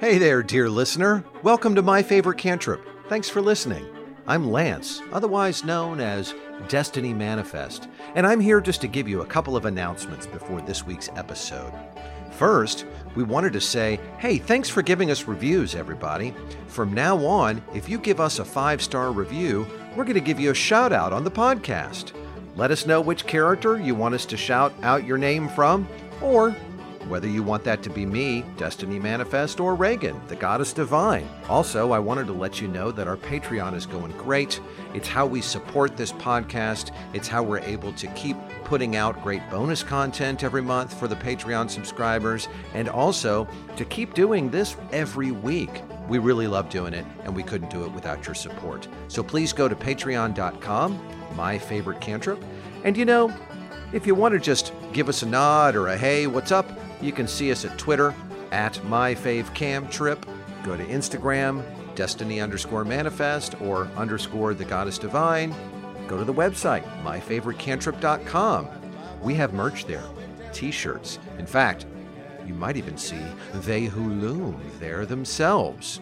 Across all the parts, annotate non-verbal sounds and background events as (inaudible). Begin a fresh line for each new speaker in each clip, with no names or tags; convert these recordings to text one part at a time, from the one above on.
Hey there, dear listener. Welcome to My Favorite Cantrip. Thanks for listening. I'm Lance, otherwise known as Destiny Manifest, and I'm here just to give you a couple of announcements before this week's episode. First, we wanted to say, hey, thanks for giving us reviews, everybody. From now on, if you give us a five star review, we're going to give you a shout out on the podcast. Let us know which character you want us to shout out your name from, or whether you want that to be me, Destiny Manifest, or Reagan, the Goddess Divine. Also, I wanted to let you know that our Patreon is going great. It's how we support this podcast, it's how we're able to keep putting out great bonus content every month for the Patreon subscribers, and also to keep doing this every week. We really love doing it, and we couldn't do it without your support. So please go to patreon.com, my favorite cantrip. And you know, if you want to just give us a nod or a hey, what's up, you can see us at Twitter at MyFaveCamTrip. Go to Instagram, Destiny underscore manifest or underscore the goddess divine. Go to the website, myfavoritecantrip.com. We have merch there, t shirts. In fact, you might even see they who loom there themselves.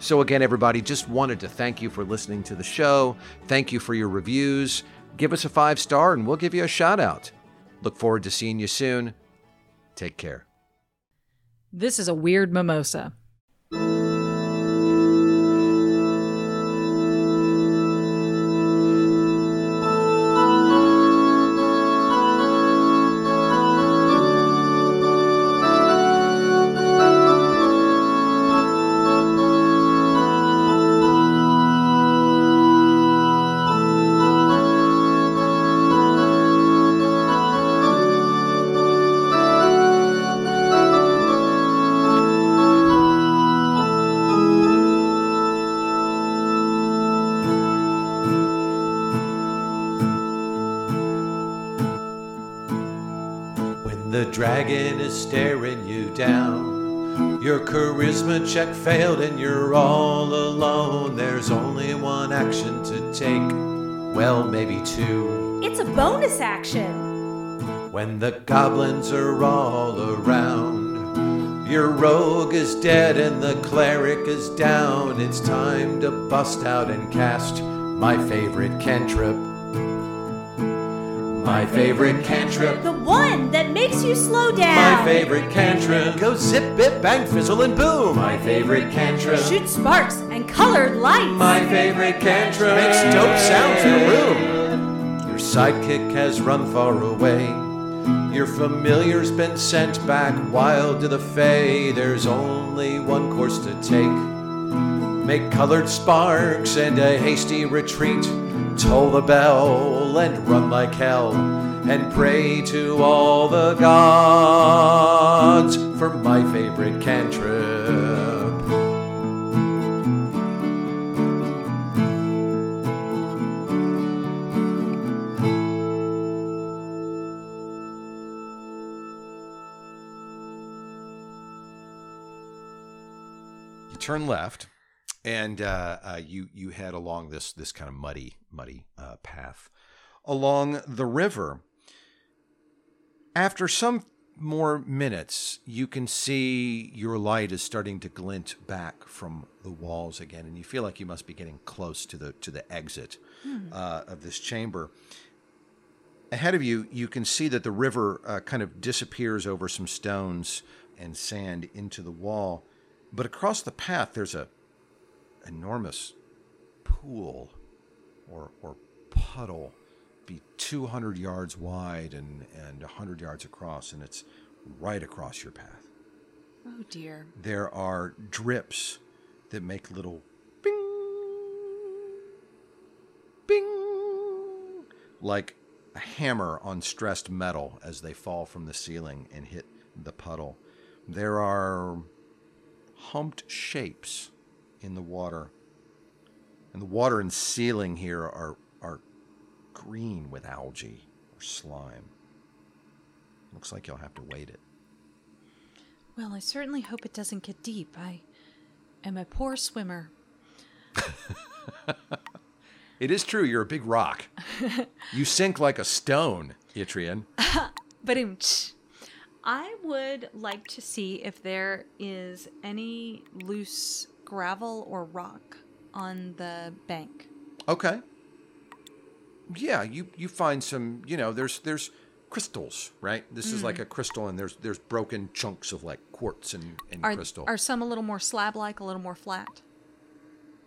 So, again, everybody, just wanted to thank you for listening to the show. Thank you for your reviews. Give us a five star and we'll give you a shout out. Look forward to seeing you soon. Take care.
This is a weird mimosa.
When the dragon is staring you down, your charisma check failed and you're all alone. There's only one action to take. Well, maybe two.
It's a bonus action.
When the goblins are all around, your rogue is dead and the cleric is down. It's time to bust out and cast my favorite cantrip. My favorite cantrip.
The one that makes you slow down.
My favorite cantrip. Go zip, bit, bang, fizzle, and boom. My favorite cantrip.
Shoot sparks and colored lights.
My favorite cantrip. Makes dope sounds in the room. Your sidekick has run far away. Your familiar's been sent back wild to the fay. There's only one course to take. Make colored sparks and a hasty retreat. Toll the bell and run like hell. And pray to all the gods for my favorite cantrip. you turn left and uh, uh, you you head along this this kind of muddy muddy uh, path along the river after some more minutes you can see your light is starting to glint back from the walls again and you feel like you must be getting close to the to the exit uh, of this chamber ahead of you, you can see that the river uh, kind of disappears over some stones and sand into the wall. But across the path, there's a enormous pool or, or puddle, be 200 yards wide and, and 100 yards across, and it's right across your path.
Oh dear.
There are drips that make little bing, bing, like a hammer on stressed metal as they fall from the ceiling and hit the puddle. There are humped shapes in the water. And the water and ceiling here are, are green with algae or slime. Looks like you'll have to wait it.
Well, I certainly hope it doesn't get deep. I am a poor swimmer.
It is true, you're a big rock. you sink like a stone, Itrian.
But um, tch. (laughs) I would like to see if there is any loose gravel or rock on the bank.
Okay. Yeah, you you find some, you know, there's there's crystals, right? This is
Mm.
like a crystal and there's there's broken chunks of like quartz and, and
Are,
crystal.
are some a little more slab like, a little more flat?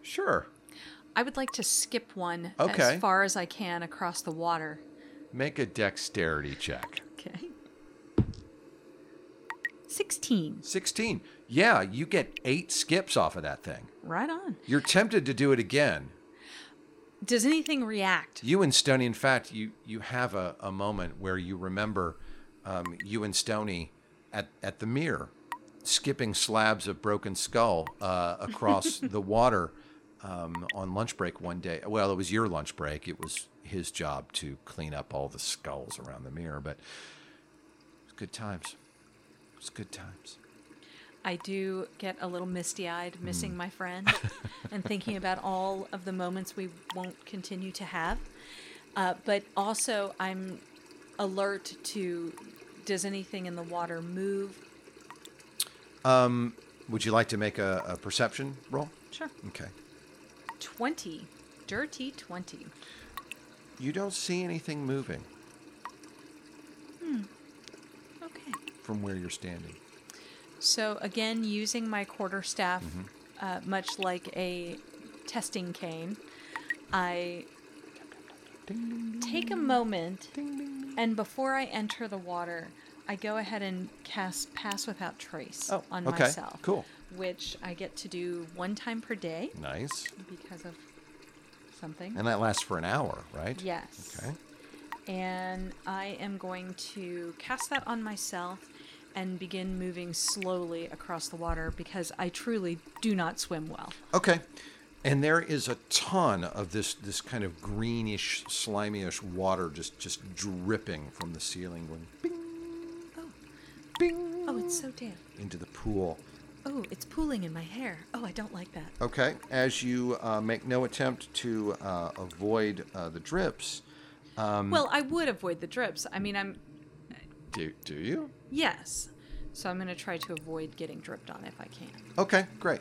sure.
I would like to skip one
Okay.
as far as I can across the water.
Make a dexterity check.
Okay. (laughs) 16.
16. Yeah, you get 8 skips off of that thing.
Right on.
You're tempted to do it again.
Does anything react?
You and Stony, in fact, you you have a, a moment where you remember um, you and Stony at, at the mirror, skipping slabs of broken skull uh, across the water um, on lunch break one day. Well, it was your lunch break. It was his job to clean up all the skulls around the mirror, but it's good times. It's good times.
I do get a little misty eyed, missing my friend and thinking about all of the moments we won't continue to have. Uh, but also, I'm alert to does anything in the water move?
Would you like to make a, a perception roll?
Sure.
Okay.
20. Dirty 20.
You don't see anything moving
Okay.
from where you're standing.
So, again, using my quarterstaff,
Mm-hmm.
uh, much like a testing cane, I take a moment and before I enter the water, I go ahead and cast Pass Without Trace
Oh,
on
okay,
myself.
cool.
Which I get to do one time per day
Nice.
because of something.
And that lasts for an hour, right?
Yes.
Okay.
And I am going to cast that on myself and begin moving slowly across the water because I truly do not swim well.
Okay. And there is a ton of this this kind of greenish, slimyish water just just dripping from the ceiling going bing,
Oh,
bing
oh, it's so damp.
into the pool.
Oh, it's pooling in my hair. Oh, I don't like that.
Okay. As you uh, make no attempt to uh, avoid uh, the drips,
well, I would avoid the drips. I mean, I'm
do do you?
yes. So I'm going to try to avoid getting dripped on if I can.
Okay, great.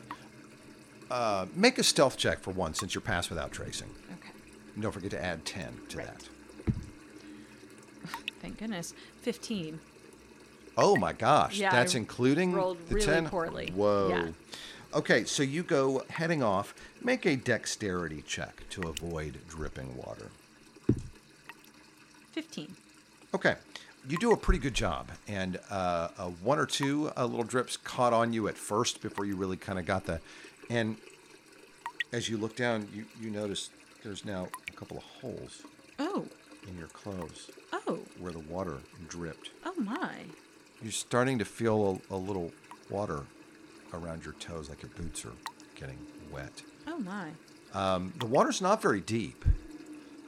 Uh, make a stealth check for one since you're passed without tracing.
Okay.
And don't forget to add ten to
Right.
that.
Thank goodness. 15.
Oh my gosh,
Yeah, I
that's including
rolled
the
really
10?
poorly.
Whoa.
Yeah.
Okay, so you go heading off. Make a dexterity check to avoid dripping water.
15.
Okay, you do a pretty good job, and uh, uh, one or two uh, little drips caught on you at first before you really kind of got the. And as you look down, you you notice there's now a couple of holes
Oh.
in your clothes
Oh.
where the water dripped.
Oh my.
You're starting to feel a, a little water around your toes, like your boots are getting wet.
Oh my.
Um, the water's not very deep,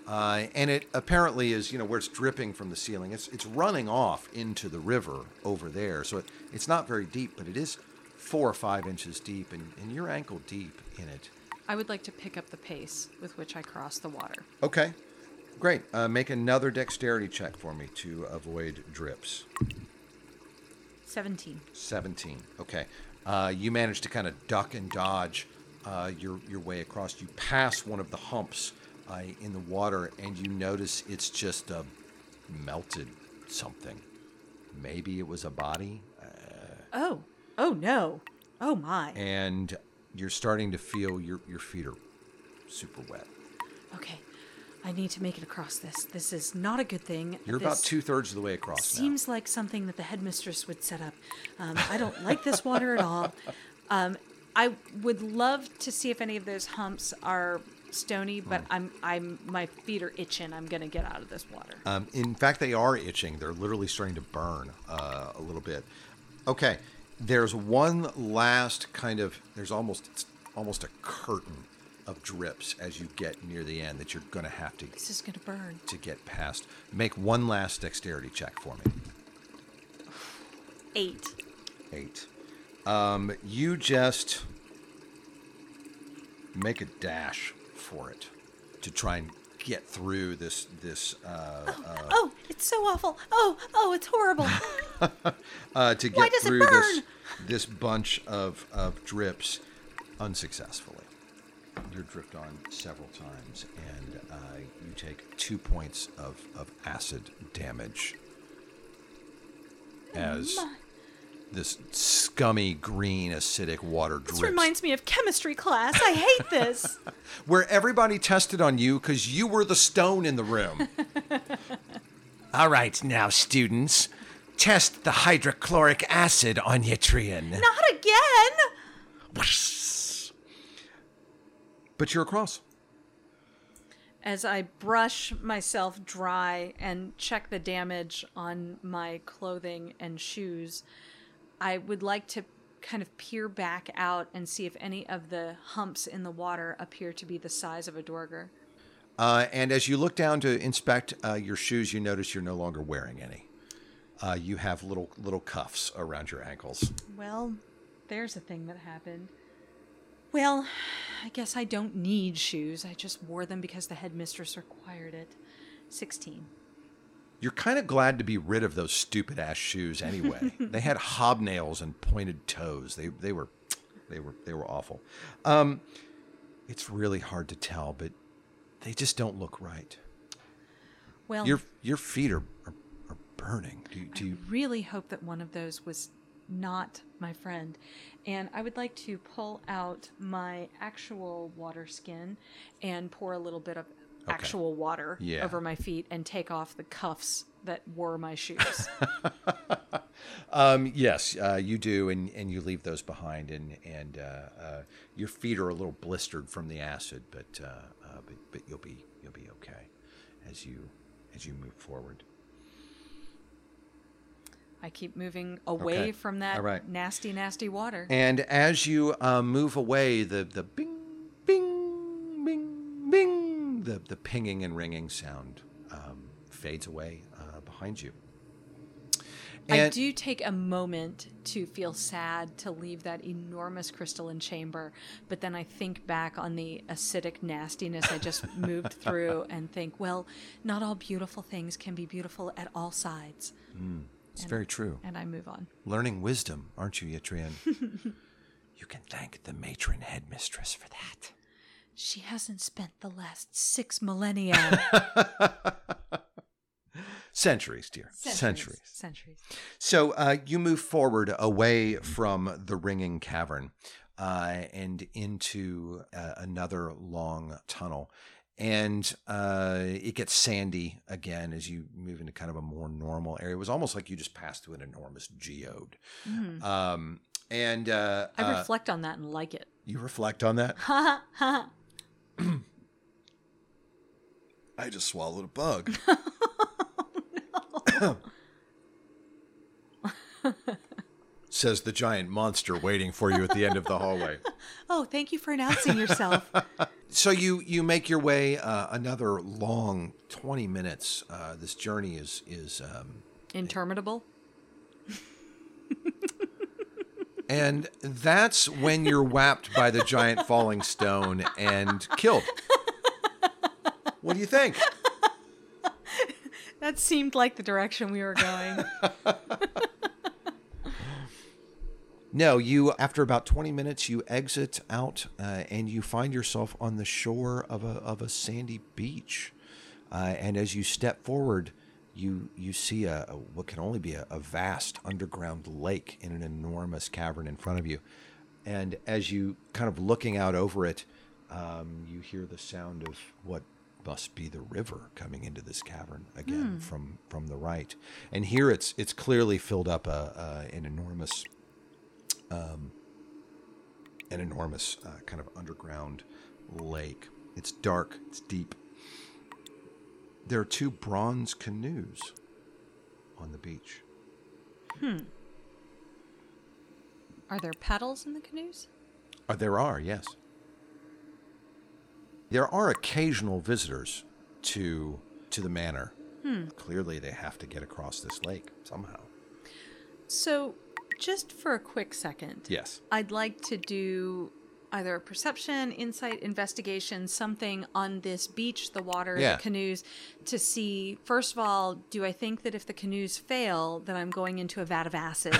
uh, and it apparently is, you know, where it's dripping from the ceiling. It's it's running off into the river over there, so it, it's not very deep, but it is four or five inches deep, and, and you're ankle deep in it.
I would like to pick up the pace with which I cross the water.
Okay, great. Uh, make another dexterity check for me to avoid drips.
17.
17. Okay. Uh, you manage to kind of duck and dodge uh, your, your way across. You pass one of the humps uh, in the water, and you notice it's just a melted something. Maybe it was a body,
Oh. Oh no. Oh my.
and you're starting to feel your, your feet are super wet.
Okay. I need to make it across this. This is not a good thing.
You're
this
about two thirds of the way across
Seems like something that the headmistress would set up. Um, I don't (laughs) like this water at all. Um, I would love to see if any of those humps are stony, but
Mm.
I'm I'm my feet are itching. I'm gonna get out of this water.
now. Um, in fact, they are itching. They're literally starting to burn uh, a little bit. Okay, there's one last kind of there's almost it's almost a curtain of drips as you get near the end that you're gonna have to
this is gonna burn.
to get past. Make one last dexterity check for me.
Eight.
Eight. Um, you just make a dash for it to try and get through this this uh,
oh, it's so awful. Oh, oh, it's horrible.
uh, to get
does it
through this
burn?
this bunch of, of drips unsuccessfully. You dripped on several times, and uh, you take two points of, of acid damage
Oh,
as this scummy green acidic water drips
This reminds me of chemistry class. I hate this.
where everybody tested on you because you were the stone in the
(laughs)
room. All right, now, students, test the hydrochloric acid on Yatrian.
Not again.
But you're across.
As I brush myself dry and check the damage on my clothing and shoes, I would like to kind of peer back out and see if any of the humps in the water appear to be the size of a dorger.
Uh, and as you look down to inspect uh, your shoes, you notice you're no longer wearing any. Uh, you have little little cuffs around your ankles.
(laughs) Well, there's a thing that happened. Well, I guess I don't need shoes. I just wore them because the headmistress required it. 16.
You're kind of glad to be rid of those stupid ass shoes anyway. they had hobnails and pointed toes. They they were they were they were awful. Um, it's really hard to tell, but they just don't look right.
Well,
Your your feet are are, are burning. Do, you- do you?
really hope that one of those was not my friend. And I would like to pull out my actual water skin and pour a little bit of actual water
Yeah.
over my feet and take off the cuffs that were
(laughs)
my shoes.
Um, yes, uh, you do, and, and you leave those behind, and and uh, uh, your feet are a little blistered from the acid, but, uh, uh, but but you'll be you'll be okay as you as you move forward.
I keep moving away
Okay.
from that
All right.
nasty, nasty water.
And as you uh, move away, the, the bing, bing, bing, bing, the, the pinging and ringing sound um, fades away uh, behind you.
I do take a moment to feel sad to leave that enormous crystalline chamber, but then I think back on the acidic nastiness I
(laughs)
just moved through and think, well, not all beautiful things can be beautiful at all sides.
It's very true.
And I move on.
Learning wisdom, aren't you, Yatrian? you can thank the matron headmistress for that.
She hasn't spent the last six
(laughs)
millennia.
Centuries, dear. Centuries.
Centuries.
So uh, you move forward away from the ringing cavern uh, and into uh, another long tunnel. And uh, it gets sandy again as you move into kind of a more normal area. It was almost like you just passed through an enormous geode. Um, and uh,
I
uh,
reflect on that and like it.
you reflect on that.
(laughs) Ha ha.
(clears throat) I just swallowed a
(laughs)
bug. Says the giant monster waiting for you at the end of the
(laughs)
hallway.
Oh, thank you for announcing yourself.
so you you make your way uh, another long 20 minutes uh, this journey is is um,
(laughs) Interminable.
and that's when you're whapped by the giant falling stone and killed what do you think
That seemed like the direction we were going.
no you after about 20 minutes you exit out uh, and you find yourself on the shore of a, of a sandy beach uh, and as you step forward you you see a, a- what can only be a, a vast underground lake in an enormous cavern in front of you and as you kind of looking out over it um, you hear the sound of what must be the river coming into this cavern again from from the right and here it's it's clearly filled up a, a an enormous um, an enormous uh, kind of underground lake it's dark it's deep there are two bronze canoes on the beach.
(laughs) Are there paddles in the canoes?
Uh, there are, yes. There are occasional visitors to to the manor.
Hmm.
Clearly, they have to get across this lake somehow.
So, just for a quick second,
Yes.
I'd like to do. either perception, insight, investigation, something on this beach, the water,
Yeah.
the canoes, to see. First of all, do I think that if the canoes fail, then I'm going into a vat of
(laughs)
acid?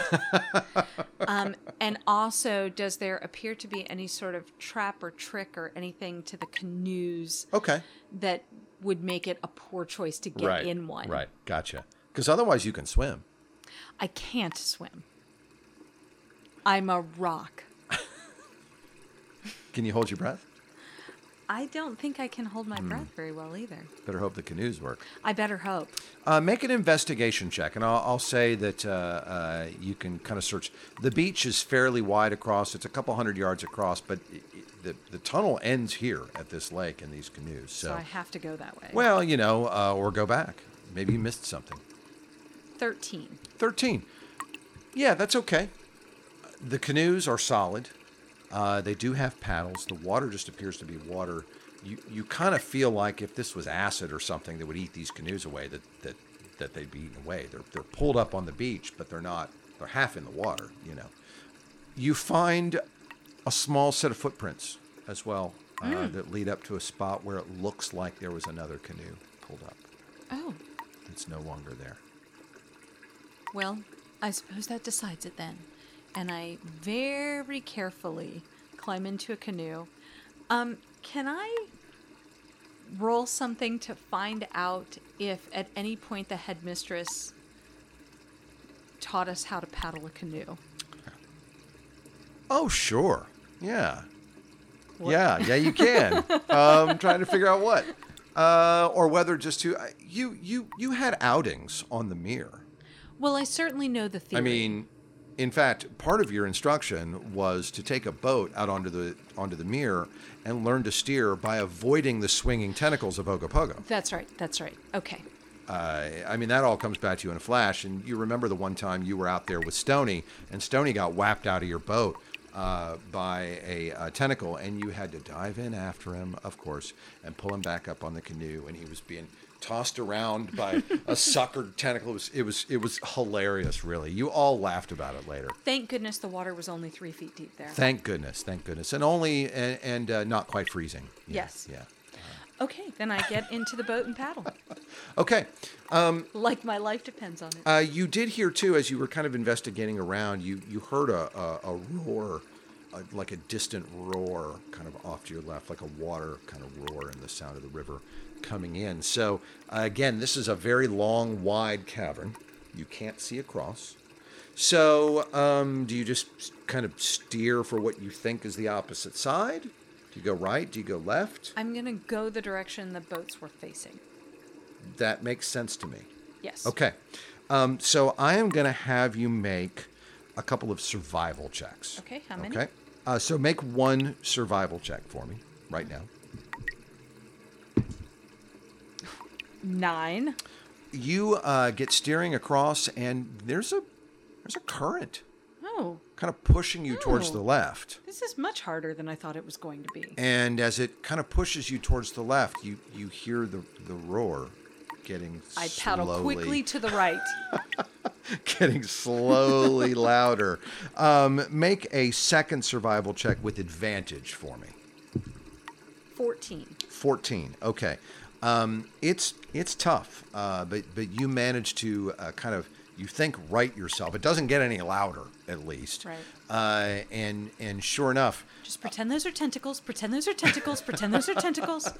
um, and also, does there appear to be any sort of trap or trick or anything to the canoes
Okay.
that would make it a poor choice to get
right.
in one?
Right. Gotcha. Because otherwise you can swim.
I can't swim. I'm a rock.
Can you hold your breath?
I don't think I can hold my
Hmm.
breath very well either.
Better hope the canoes work.
I better hope.
Uh, make an investigation check, and I'll, I'll say that uh, uh, you can kind of search. The beach is fairly wide across; it's a couple hundred yards across, but i i the the tunnel ends here at this lake in these canoes. So,
So I have to go that way.
well, you know, uh, or go back. Maybe you missed something.
13.
Thirteen. Yeah, that's okay. The canoes are solid. Uh, they do have paddles. The water just appears to be water. You you kind of feel like if this was acid or something that would eat these canoes away, that that that they'd be eaten away. They're they're pulled up on the beach, but they're not. They're half in the water. You know. You find a small set of footprints as well uh, that lead up to a spot where it looks like there was another canoe pulled up.
Oh,
It's no longer there.
well, I suppose that decides it then. And I very carefully climb into a canoe. Um, can I roll something to find out if at any point the headmistress taught us how to paddle a canoe?
Oh, sure. Yeah.
What?
Yeah, yeah, you can.
(laughs)
um, trying to figure out what, uh, or whether just to I- you you you had outings on the mirror.
Well, I certainly know the theory.
I mean, in fact, part of your instruction was to take a boat out onto the onto the mirror and learn to steer by avoiding the swinging tentacles of Ogopogo.
that's right. That's right. Okay.
Uh, I mean, that all comes back to you in a flash. And you remember the one time you were out there with Stony, and Stony got whapped out of your boat uh, by a, uh tentacle, and you had to dive in after him, of course, and pull him back up on the canoe. And he was being tossed around (laughs) by a suckered tentacle. It was, it was, it was hilarious, really. You all laughed about it later.
Thank goodness the water was only three feet deep there.
Thank goodness, thank goodness, and only and, and uh, not quite freezing. Yeah,
Yes.
Yeah.
okay, then I get into the boat and paddle. (laughs)
Okay.
like my life depends on it.
Uh, you did hear too, as you were kind of investigating around, you you heard a a, a roar, a, like a distant roar, kind of off to your left, like a water kind of roar, and the sound of the river coming in. So uh, again, this is a very long, wide cavern. You can't see across. So um, do you just s- kind of steer for what you think is the opposite side? Do you go right? Do you go left?
I'm going to go the direction the boats were facing.
That makes sense to me.
Yes.
Okay. Um, so I am going to have you make a couple of survival checks.
Okay, how many?
Okay. Uh, so make one survival check for me right now.
Nine.
You uh, get steering across, and there's a there's a current
Oh,
kind of pushing you towards
Oh.
the left.
this is much harder than I thought it was going to be.
And as it kind of pushes you towards the left, you you hear the the roar getting
I paddle
slowly-
quickly to the right.
(laughs) getting slowly
(laughs)
louder. Um, make a second survival check with advantage for me.
14.
14 okay um, it's it's tough uh, but but you manage to uh, kind of you think right yourself it doesn't get any louder at least
Right.
uh, and and sure enough
Just pretend those are tentacles, pretend those are tentacles, pretend those are (laughs) tentacles.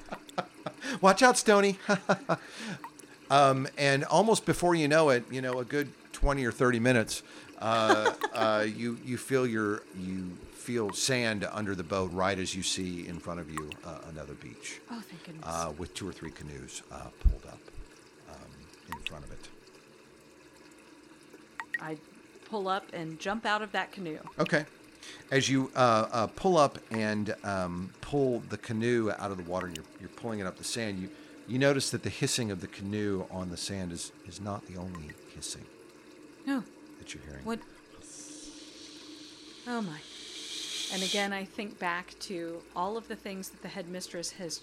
watch out stony (laughs) um, and almost before you know it you know a good 20 or 30 minutes uh, (laughs) uh, you you feel your you feel sand under the boat right as you see in front of you uh, another beach
Oh, thank goodness.
uh, with two or three canoes uh, pulled up um, in front of it.
I pull up and jump out of that canoe.
Okay. As you uh, uh, pull up and um, pull the canoe out of the water, you're, you're pulling it up the sand. You you notice that the hissing of the canoe on the sand is is not the only hissing
No.
that you're hearing.
What? Oh my. And again, I think back to all of the things that the headmistress has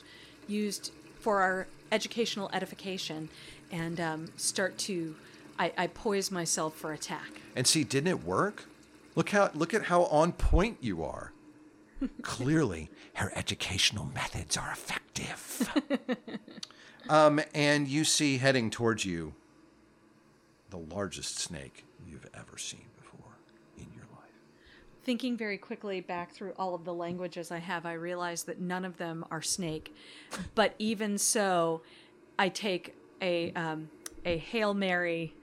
used for our educational edification and um, start to. I, I poise myself for attack.
And see, didn't it work? Look how look at how on point you are. Clearly, her educational methods are effective. um, and you see heading towards you the largest snake you've ever seen before in your life.
Thinking very quickly back through all of the languages I have, I realize that none of them are snake. But even so, I take a um, a hail mary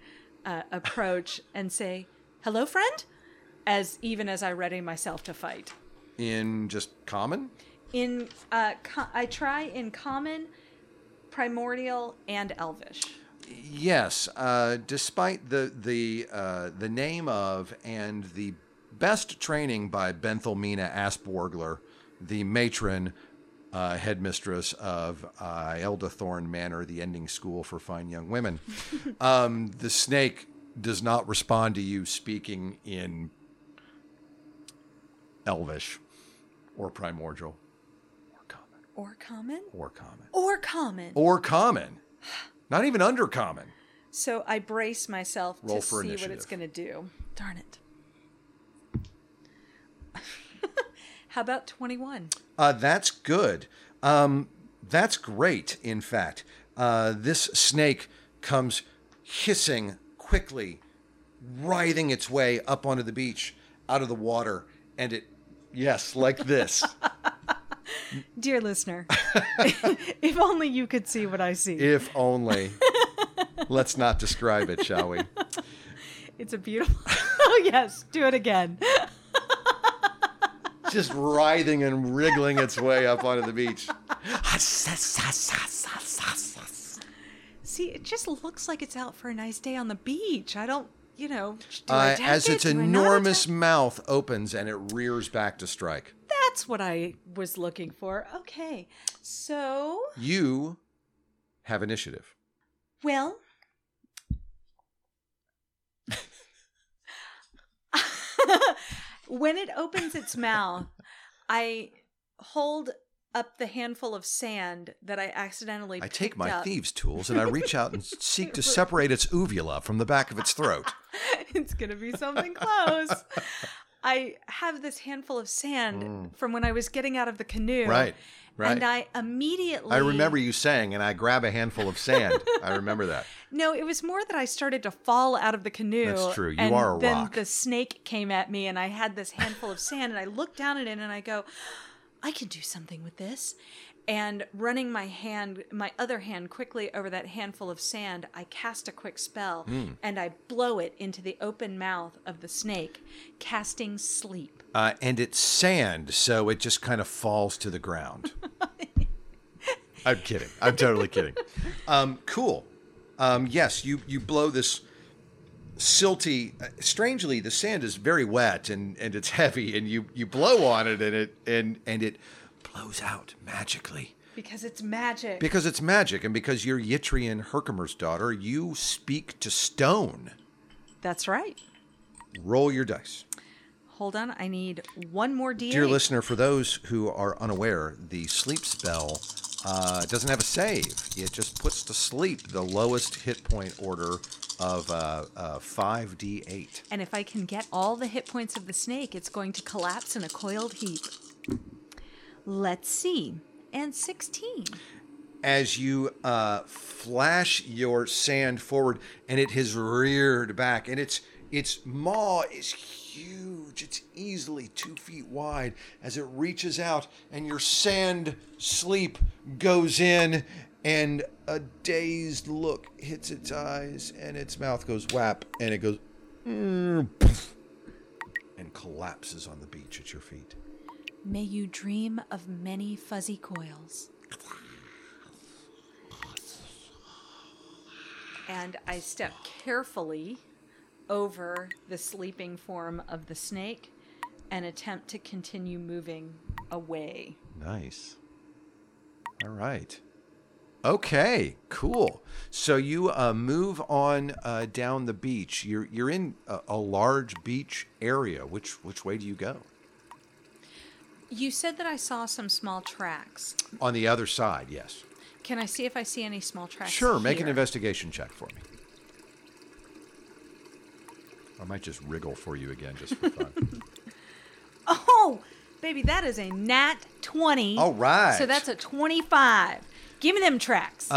uh, approach and say, "Hello, friend," as even as I ready myself to fight.
In just common?
In uh, co- I try in common, primordial, and elvish.
Yes, uh, despite the the uh, the name of and the best training by Benthelmina Asborgler, the matron, uh, headmistress of uh, Eldathorn Manor, the ending school for fine young women, um, the snake does not respond to you speaking in Elvish or Primordial or Common
Or common.
or Common
Or common.
or Common, not even under Common.
So I brace myself
Roll
to
for
see what it's
initiative.
going to do. Darn it. How about 21?
Uh, that's good. Um, that's great, in fact. Uh, this snake comes hissing quickly, writhing its way up onto the beach, out of the water, and it, yes, like this. (laughs)
Dear listener, (laughs) if only you could see what I see.
if only. Let's not describe it, shall we?
It's a beautiful. (laughs) oh, yes. Do it again.
Just writhing and wriggling its way up onto the beach.
See, it just looks like it's out for a nice day on the beach. I don't, you know, sh- do I
Uh,
attack
as
it?
its
Do I not
enormous
attack-
mouth opens and it rears back to strike.
That's what I was looking for. Okay. So,
You have initiative.
well. (laughs) when it opens its mouth, I hold up the handful of sand that I accidentally
I
picked
take my
up.
thieves' tools and I reach out and seek to separate its uvula from the back of its throat.
(laughs) it's gonna be something close. I have this handful of sand from when I was getting out of the canoe.
Mm. Right, right.
And I immediately
I remember you saying, and I grab a handful of sand. I remember that.
No, it was more that I started to fall out of the canoe.
That's true. You
and
are a
then
rock.
the snake came at me, and I had this handful of sand, and I looked down at it, and I go, "I can do something with this." And running my hand, my other hand, quickly over that handful of sand, I cast a quick spell,
Hmm.
and I blow it into the open mouth of the snake, casting sleep.
Uh, and it's sand, so it just kind of falls to the ground. I'm kidding. I'm totally kidding. Um, cool. Um, yes, you you blow this silty. Uh, strangely, the sand is very wet and and it's (laughs) heavy, and you you blow on it, and it and and it blows out magically.
Because it's magic.
Because it's magic, and because you're Yitrian Herkimer's daughter, you speak to stone.
That's right.
Roll your dice.
Hold on, I need one more D8.
Dear listener, for those who are unaware, the sleep spell uh, doesn't have a save. It just puts to sleep the lowest hit point order of uh, uh, 5d8.
And if I can get all the hit points of the snake, it's going to collapse in a coiled heap. Let's see. And 16.
As you uh, flash your sand forward, and it has reared back, and its its maw is huge. It's easily two feet wide as it reaches out, and your sand sleep goes in, and a dazed look hits its eyes, and its mouth goes whap, and it goes "Mm," and collapses on the beach at your feet.
May you dream of many fuzzy coils. And I step carefully over the sleeping form of the snake and attempt to continue moving away.
Nice. All right. Okay, cool. So you uh, move on uh, down the beach. You're you're in a, a large beach area. Which which way do you go?
You said that I saw some small tracks.
On the other side, yes.
Can I see if I see any small tracks?
sure, make an
here?
investigation check for me.
(laughs)
I might just wriggle for you again just for fun.
Oh, Baby, that is a nat 20.
All Oh, right. Uh,
So that's a 25. Give me them tracks.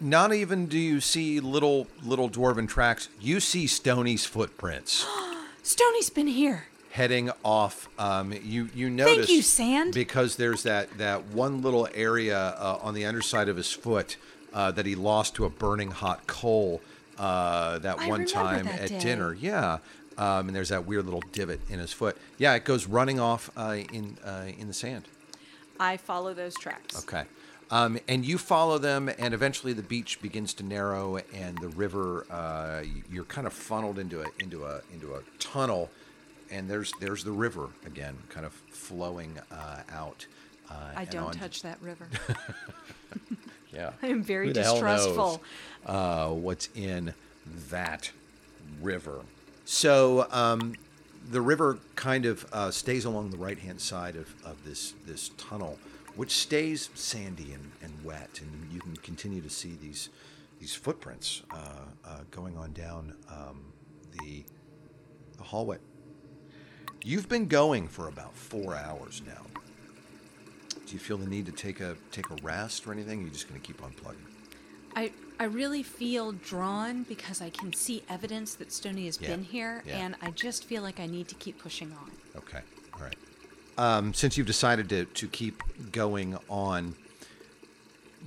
Not even do you see little little dwarven tracks. You see Stony's footprints
Stoney's been here.
heading off. Um, you you notice
you, sand.
because there's that that one little area uh, on the underside of his foot uh, that he lost to a burning hot coal uh, that
I
one
remember
time
that
at
day.
dinner. Yeah. Um, and there's that weird little divot in his foot. Yeah, it goes running off uh, in uh, in the sand.
I follow those tracks.
Okay. Um, and you follow them, and eventually the beach begins to narrow, and the river. Uh, y- you're kind of funneled into a into a into a tunnel, and there's there's the river again, kind of flowing uh, out. Uh,
I
and
don't
on-
touch that
(laughs)
river. (laughs)
Yeah.
I am very
Who the hell knows,
distrustful.
uh, what's in that river? So um, the river kind of uh, stays along the right hand side of, of this this tunnel, which stays sandy and, and wet, and you can continue to see these these footprints uh, uh, going on down um, the the hallway. You've been going for about four hours now. Do you feel the need to take a take a rest or anything? You're just going to keep on plugging.
I, I really feel drawn because I can see evidence that Stoney has
Yeah.
been here,
Yeah.
and I just feel like I need to keep pushing on.
Okay. All right. Um, since you've decided to, to keep going on,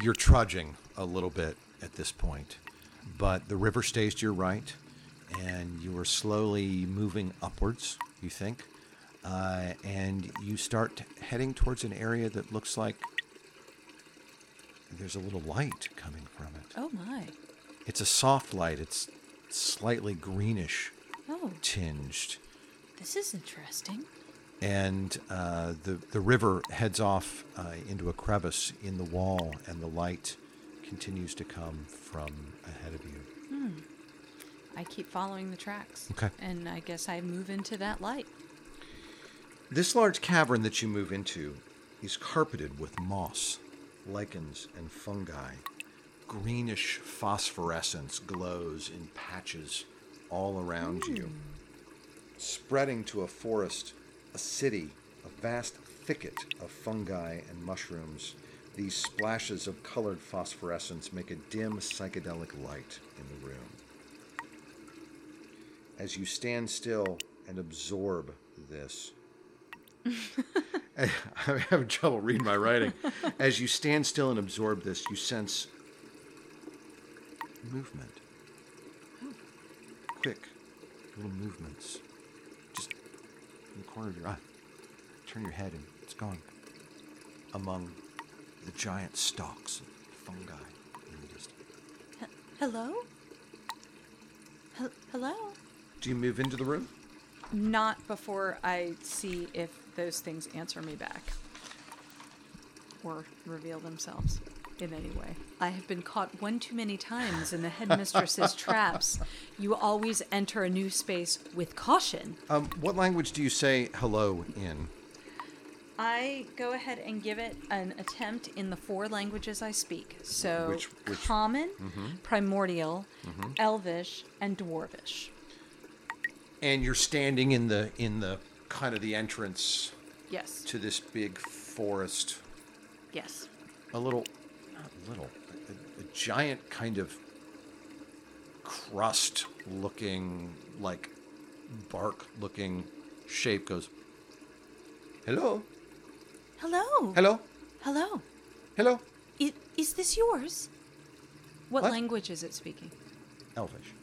you're trudging a little bit at this point, but the river stays to your right, and you are slowly moving upwards, you think. Uh, and you start heading towards an area that looks like there's a little light coming from it.
Oh my.
It's a soft light, it's slightly greenish
Oh,
tinged.
this is interesting.
and uh, the the river heads off uh, into a crevice in the wall, and the light continues to come from ahead of you.
I keep following the tracks.
Okay.
And I guess I move into that light.
This large cavern that you move into is carpeted with moss, lichens, and fungi. Greenish phosphorescence glows in patches all around you, spreading to a forest, a city, a vast thicket of fungi and mushrooms. These splashes of colored phosphorescence make a dim psychedelic light in the room as you stand still and absorb this. (laughs) I'm having trouble reading my (laughs) writing. As you stand still and absorb this, you sense movement. Quick little movements. Just in the corner of your eye. Turn your head and it's gone. Among the giant stalks of fungi in the distance.
He- hello? Hel- hello?
Do you move into the room?
Not before I see if those things answer me back or reveal themselves in any way. I have been caught one too many times in
(laughs)
the headmistress's traps. You always enter a new space with caution.
Um, what language do you say hello in?
I go ahead and give it an attempt in the four languages I speak. So
Which- which- Mm-hmm.
common, primordial, elvish, and dwarvish.
And you're standing in the in the kind of the entrance
Yes.
to this big forest,
Yes.
a little, not little, a, a giant kind of crust-looking, like bark-looking shape goes. Hello,
Hello.
hello,
Hello.
hello.
I- is this yours? What,
What?
language is it speaking?
Elvish.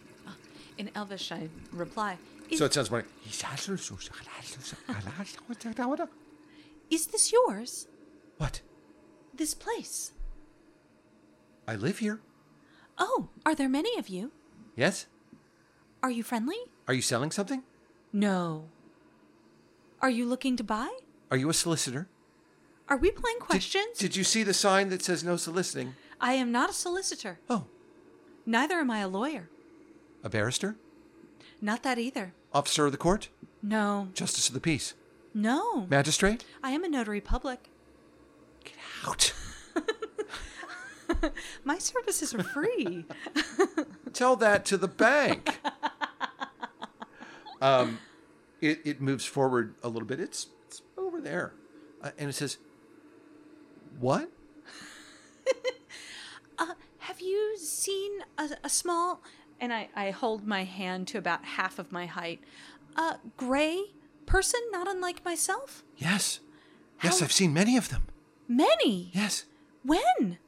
In elvish, I reply. Is,
So it sounds like
is this yours?
what?
This place?
I live here.
Oh, are there many of you?
Yes.
Are you friendly?
Are you selling something?
No. Are you looking to buy?
Are you a solicitor?
Are we playing
Did-
questions?
Did, you see the sign that says no soliciting?
I am not a solicitor.
Oh,
Neither am I a lawyer.
a barrister?
Not that either.
Officer of the court?
No.
Justice of the peace?
No.
Magistrate?
I am a notary public.
Get out.
My services are free.
Tell that to the bank.
(laughs)
um, it, it moves forward a little bit. It's, it's over there. Uh, and it says, What?
Have you seen a, a small, and I, I hold my hand to about half of my height, uh, gray person, not unlike myself?
Yes. Yes,
How-
I've seen many of them.
Many.
Yes.
When?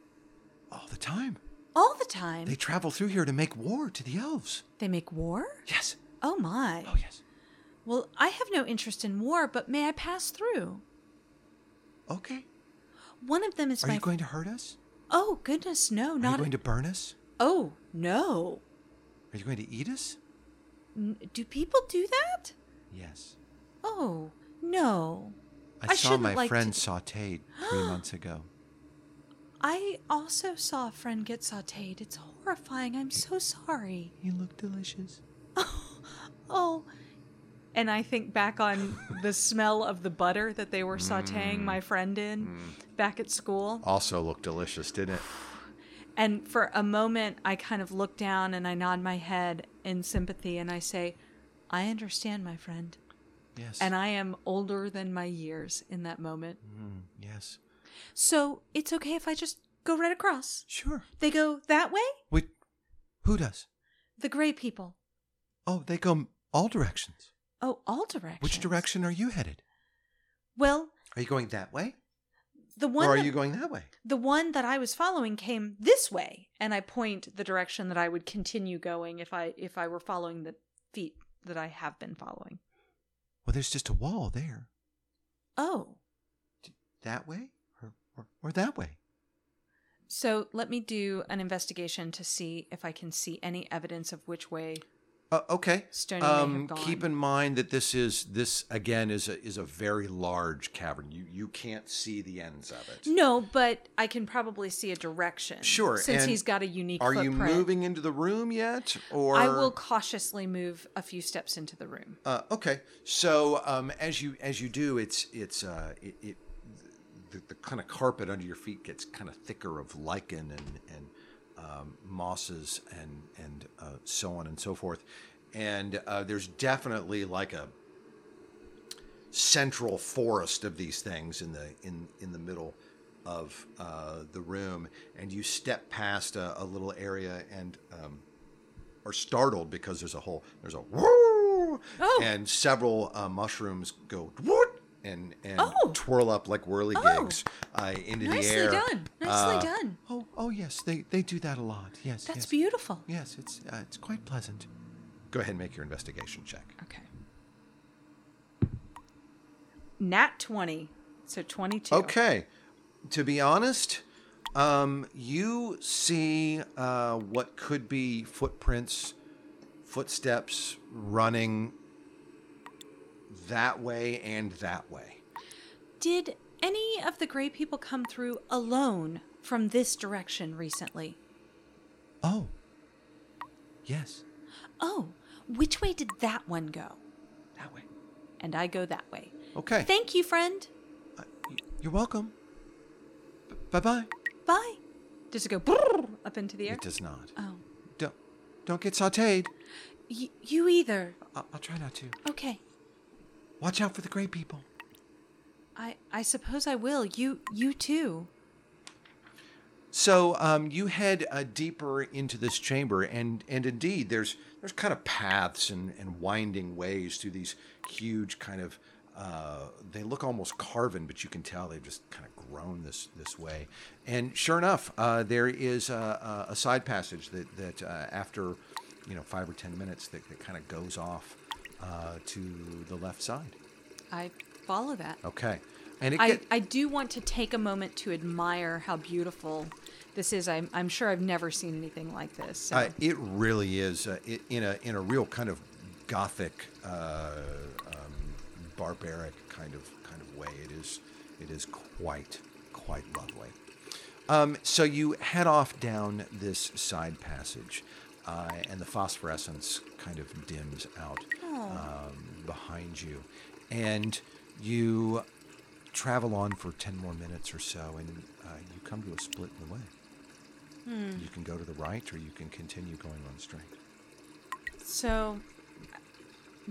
All the time.
All the time.
They
They,
travel through here to make war to the elves.
make war?
Yes.
Oh my.
Oh, yes.
Well, I have no interest in war, but may I pass through?
Okay.
One of them is
Are
my.
you going to hurt us?
oh, goodness, no,
Are you
not.
going to burn us?
oh, no.
Are you going to eat us?
N- do people do that?
Yes.
Oh, no.
I, saw
I shouldn't
my
like to-
friend sauteed
(gasps)
three months ago.
I also saw a friend get sauteed. It's horrifying. I'm so sorry.
He looked delicious.
Oh. And I think back
(laughs)
on the smell of the butter that they were sauteing
Mm.
my friend in back at school.
Also looked delicious, didn't it?
And for a moment, I kind of look down and I nod my head in sympathy and I say, I understand, my friend.
Yes.
And I am older than my years in that moment.
Mm, yes.
So it's okay if I just go right across.
Sure.
They go that way?
Wait, who does?
The gray people.
Oh, they go all directions.
Oh, all directions.
Which direction are you headed?
Well,
Are you going that way?
the one
or are
that-
you going that way?
the one that I was following came this way, and I point the direction that I would continue going if I if I were following the feet that I have been following.
Well, there's just a wall there.
Oh,
That way? Or, or, or that way?
so let me do an investigation to see if I can see any evidence of which way.
Uh, okay.
Stony may have
Um, keep
gone.
in mind that this is this again is a, is a very large cavern. You you can't see the ends of it.
No, but I can probably see a direction.
Sure,
since
and
he's got a unique.
Are you
footprint.
moving into the room yet? Or
I will cautiously move a few steps into the room.
Uh, okay, so um, as you as you do, it's it's uh, it, it the, the kind of carpet under your feet gets kind of thicker of lichen and and um, mosses and and uh, so on and so forth, and uh, there's definitely like a central forest of these things in the in in the middle of uh, the room, and you step past a, a little area and. Um, are startled because there's a whole there's a woo
Oh.
and several uh, mushrooms go woot and and
Oh.
twirl up like whirligigs uh, into
Nicely
the air.
done. Nicely
Uh,
done.
Oh oh yes, they they do that a lot. Yes,
That's
yes.
beautiful.
Yes, it's uh, it's quite pleasant. Go ahead and make your investigation check.
Okay. Nat 20. So 22.
Okay. To be honest, um, you see uh, what could be footprints, footsteps running that way and that way.
Did any of the gray people come through alone from this direction recently?
Oh. Yes.
Oh, which way did that one go?
That way.
And I go that way.
Okay.
Thank you, friend.
Uh, y- you're welcome. B- bye bye.
Bye. Does it go brrr up into the air?
It does not.
Oh.
Don't don't get sauteed.
Y- you either.
I- I'll try not to.
Okay.
Watch out for the gray people.
I I suppose I will. You you too.
So um, you head uh, deeper into this chamber, and and indeed, there's there's kind of paths and, and winding ways through these huge kind of. Uh, they look almost carven, but you can tell they've just kind of grown this this way. And sure enough, uh, there is a, a- a side passage that that uh, after you know five or ten minutes that, that kind of goes off uh, to the left side.
I follow that.
Okay, and it
I,
get-
I do want to take a moment to admire how beautiful this is. I'm, I'm sure I've never seen anything like this. So.
Uh, it really is uh, i in a in a real kind of gothic, uh, um, barbaric kind of kind of way. It is it is quite quite lovely. Um, so you head off down this side passage, uh, and the phosphorescence kind of dims out um, behind you, and you travel on for ten more minutes or so, and uh, you come to a split in the way.
Mm.
You can go to the right or you can continue going on straight.
so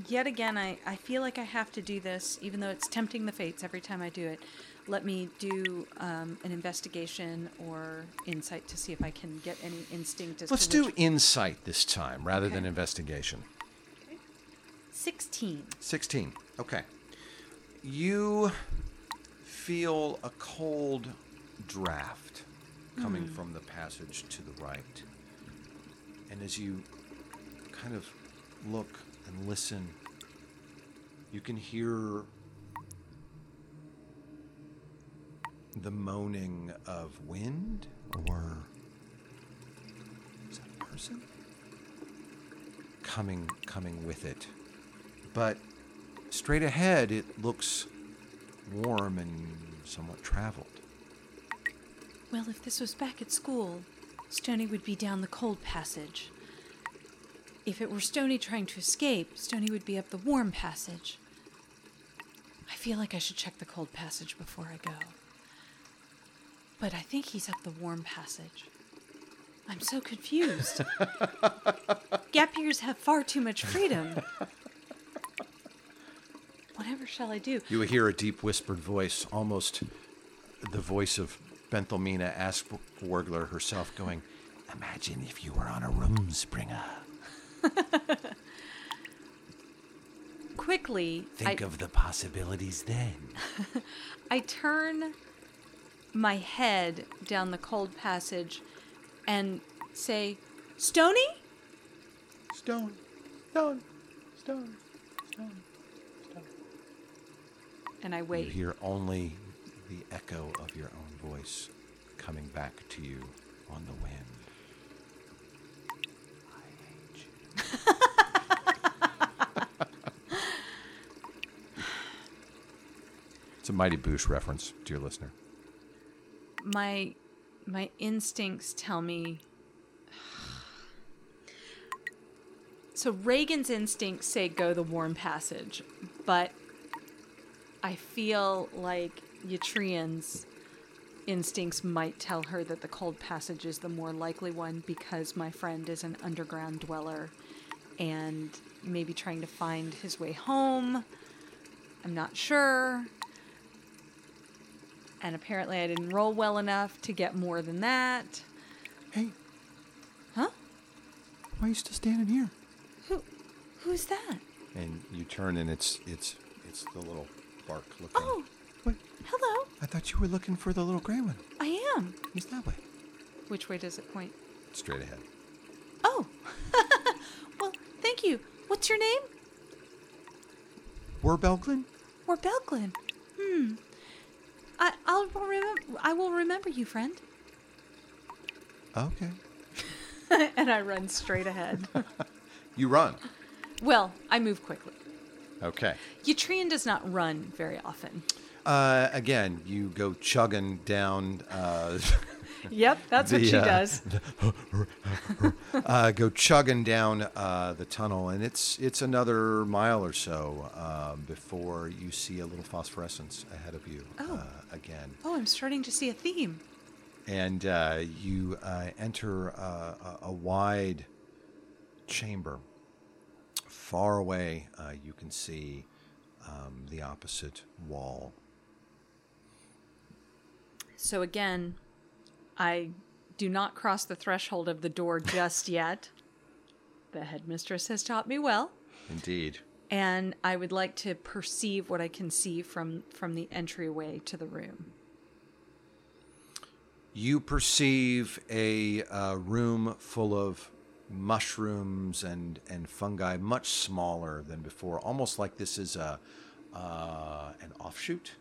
yet again, I, I feel like I have to do this, even though it's tempting the fates every time I do it. Let me do um, an investigation or insight to see if I can get any instinct as
Let's
to
do
which-
insight this time rather than
Okay.
investigation.
16.
16. Okay. You feel a cold draft coming from the passage to the right. And as you kind of look and listen, you can hear the moaning of wind or is that a person coming coming with it but straight ahead it looks warm and somewhat traveled.
Well, if this was back at school, Stony would be down the cold passage. If it were Stony trying to escape, Stony would be up the warm passage. I feel like I should check the cold passage before I go. But I think he's up the warm passage. I'm so confused. Gap years have far too much freedom. Whatever shall I do?
You hear a deep whispered voice, almost the voice of Benthelmina Aspergler herself going, Imagine if you were on a room springer.
Quickly,
Think
I-
of the possibilities then.
I turn my head down the cold passage and say, Stony?
(laughs) Stone, stone, stone, stone.
And I
You
wait.
hear only the echo of your own voice coming back to you on the wind. I hate you. (laughs) It's a Mighty Boosh reference, dear listener.
My my instincts tell me So Reagan's instincts say go the warm passage, but I feel like Yatrian's instincts might tell her that the cold passage is the more likely one because my friend is an underground dweller and maybe trying to find his way home. I'm not sure. And apparently I didn't roll well enough to get more than that.
Hey,
Huh?
why are you still standing here?
Who who's that?
And you turn, and it's it's it's the little bark looking.
Oh,
Wait,
hello.
I thought you were looking for the little gray one.
I am.
He's that way.
Which way does it point?
Straight ahead.
Oh. (laughs) well, thank you. What's your name?
We're Belglin.
Or Belglin. Hmm. I I'll remember I will remember you, friend.
Okay.
(laughs) and I run straight ahead.
You run.
(laughs) well, I move quickly.
Okay.
Yatrian does not run very often.
Uh, again, you go chugging down. Uh, (laughs)
Yep, that's
the,
what she
uh,
does.
(laughs) uh, go chugging down uh, the tunnel, and it's it's another mile or so um, before you see a little phosphorescence ahead of you
Oh.
uh, again,
Oh, I'm starting to see a theme.
and uh, you uh, enter uh, a, a wide chamber. Far away, uh, you can see um, the opposite wall
So again, I do not cross the threshold of the door just yet. the headmistress has taught me well,
Indeed.
and I would like to perceive what I can see from from the entryway to the room.
You perceive a uh, room full of mushrooms and, and fungi, much smaller than before, almost like this is a uh, an offshoot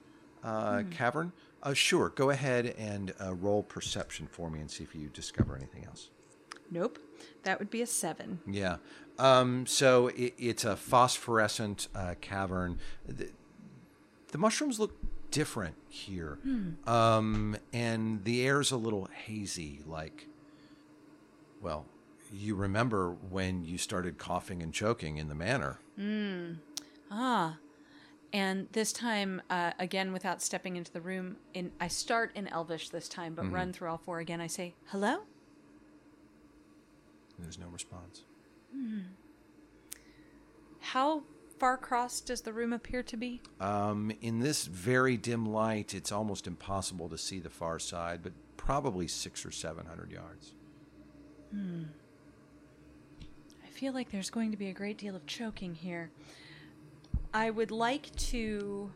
uh, cavern. Uh, sure, go ahead and uh, roll perception for me and see if you discover anything else.
Nope, that would be a seven.
Yeah. Um, so it, it's a phosphorescent uh, cavern. The, the mushrooms look different here. Um, and the air's a little hazy, like, well, you remember when you started coughing and choking in the manor.
Ah, and this time uh, again, without stepping into the room, in I start in Elvish this time, but run through all four again. I say hello.
There's no response.
How far across does the room appear to be?
Um, in this very dim light, it's almost impossible to see the far side, but probably six or seven hundred yards.
I feel like there's going to be a great deal of choking here. I would like to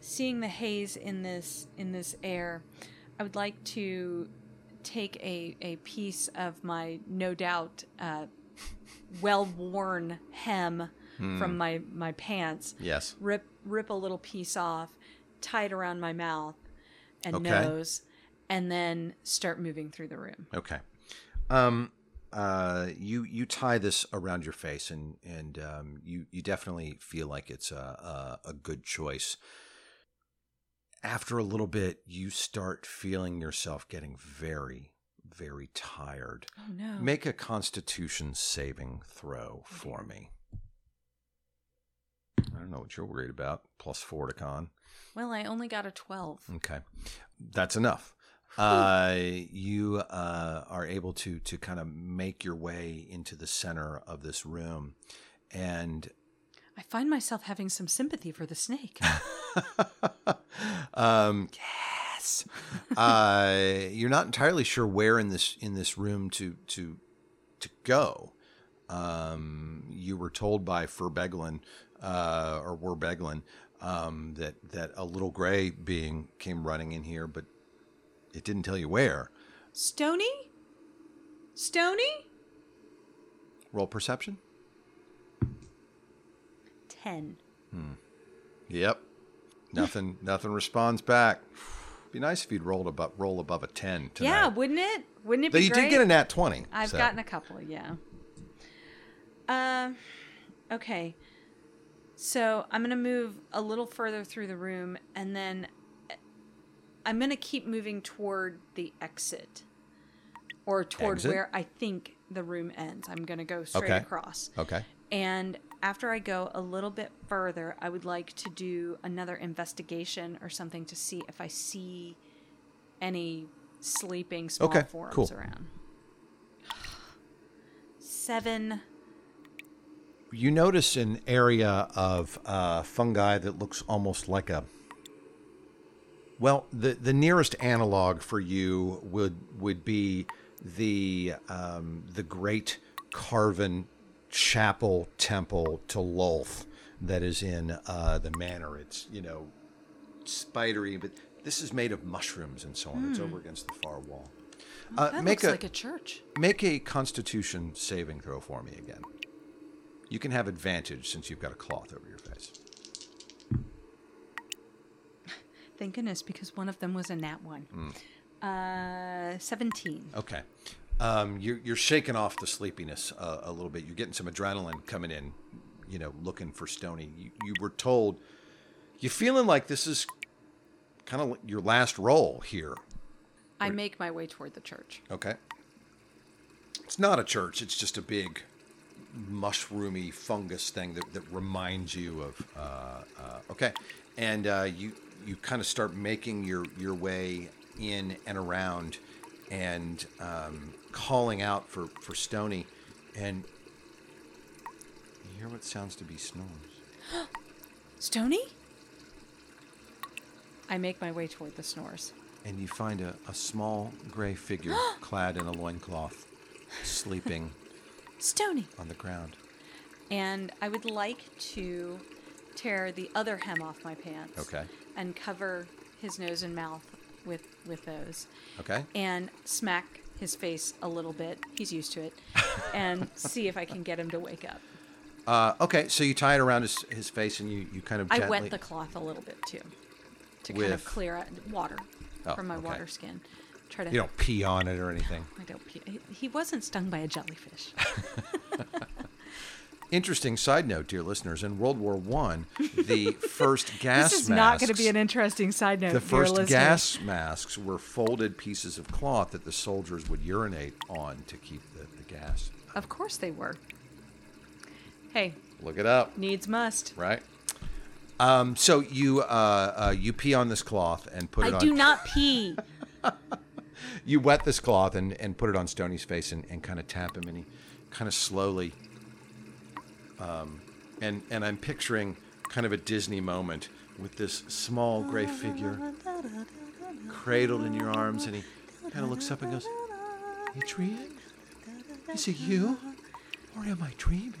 seeing the haze in this in this air. I would like to take a a piece of my no doubt (laughs) uh, well-worn hem from my my pants.
Yes.
Rip rip a little piece off, tie it around my mouth and
Okay.
nose, and then start moving through the room.
Okay. Um, uh, you you tie this around your face, and and um, you you definitely feel like it's a, a a good choice. After a little bit, you start feeling yourself getting very very tired.
Oh no.
Make a Constitution saving throw for me. I don't know what you're worried about. Plus four to con.
well, I only got a 12.
Okay, that's enough. Uh, you uh, are able to to kind of make your way into the center of this room, and
I find myself having some sympathy for the snake. (laughs)
um, yes, uh, you're not entirely sure where in this in this room to to to go. Um, you were told by Furbeglin, uh, or Werbeglin, um, that that a little gray being came running in here, but it didn't tell you where.
Stony? Stony?
Roll perception.
10.
Yep. Nothing. (laughs) nothing responds back. Be nice if you'd rolled above roll above a ten tonight.
Yeah, wouldn't it? Wouldn't it
Though
be
you
great?
did get a nat twenty.
I've
so-
gotten a couple, yeah. Um okay. So, I'm going to move a little further through the room and then uh, I'm going to keep moving toward the exit or toward
Exit?
where I think the room ends. I'm going to go straight
Okay.
across.
Okay.
And after I go a little bit further, I would like to do another investigation or something to see if I see any sleeping small
Okay,
forms
cool.
around. Seven.
You notice an area of uh, fungi that looks almost like a. Well, the the nearest analog for you would would be the um, the great carven chapel temple to Lolth that is in uh, the manor. It's you know spidery, but this is made of mushrooms and so on. It's over against the far wall. Uh,
Hmm. That
make
looks
a
like a church.
Make a Constitution saving throw for me again. You can have advantage since you've got a cloth over your face.
Thank goodness, because one of them was a nat one.
Hmm.
Uh, 17.
Okay. Um, you're, you're shaking off the sleepiness uh, a little bit. You're getting some adrenaline coming in, you know, looking for Stony. You, you were told you're feeling like this is kind of your last roll here.
I make my way toward the church.
Okay. It's not a church, it's just a big mushroomy fungus thing that, that reminds you of uh, uh, okay and uh, you you kind of start making your your way in and around and um, calling out for for stony and you hear what sounds to be snores
Stony? I make my way toward the snores.
and you find a, a small gray figure clad in a loincloth sleeping
Stony!
on the ground
And I would like to tear the other hem off my pants.
Okay.
And cover his nose and mouth with with those.
okay
And smack his face a little bit. He's
(laughs)
used to it. And see if I can get him to wake up.
Uh, okay, so you tie it around his, his face and you, you kind of
I
gently.
wet the cloth a little bit too. To kind
With-
of clear out water
Oh,
from my
okay.
water skin. Try to
You don't pee on it or anything.
(laughs) I don't pee. He- He wasn't stung by a jellyfish.
Interesting side note, dear listeners. In World War One,
(laughs)
the first gas
this is not
masks,
going to be an interesting side note.
the
dear
first
listeners.
gas masks were folded pieces of cloth that the soldiers would urinate on to keep the, the gas.
Of course they were. Hey,
Look it up,
needs must.
right? Um, so you uh, uh, you pee on this cloth and put it
I
on.
do (laughs) not pee.
you wet this cloth and, and put it on Stony's face and, and kind of tap him, and he kind of slowly um, and and I'm picturing kind of a Disney moment with this small gray figure cradled in your arms, and he kind of looks up and goes, "Adrian, is it you, or am I dreaming?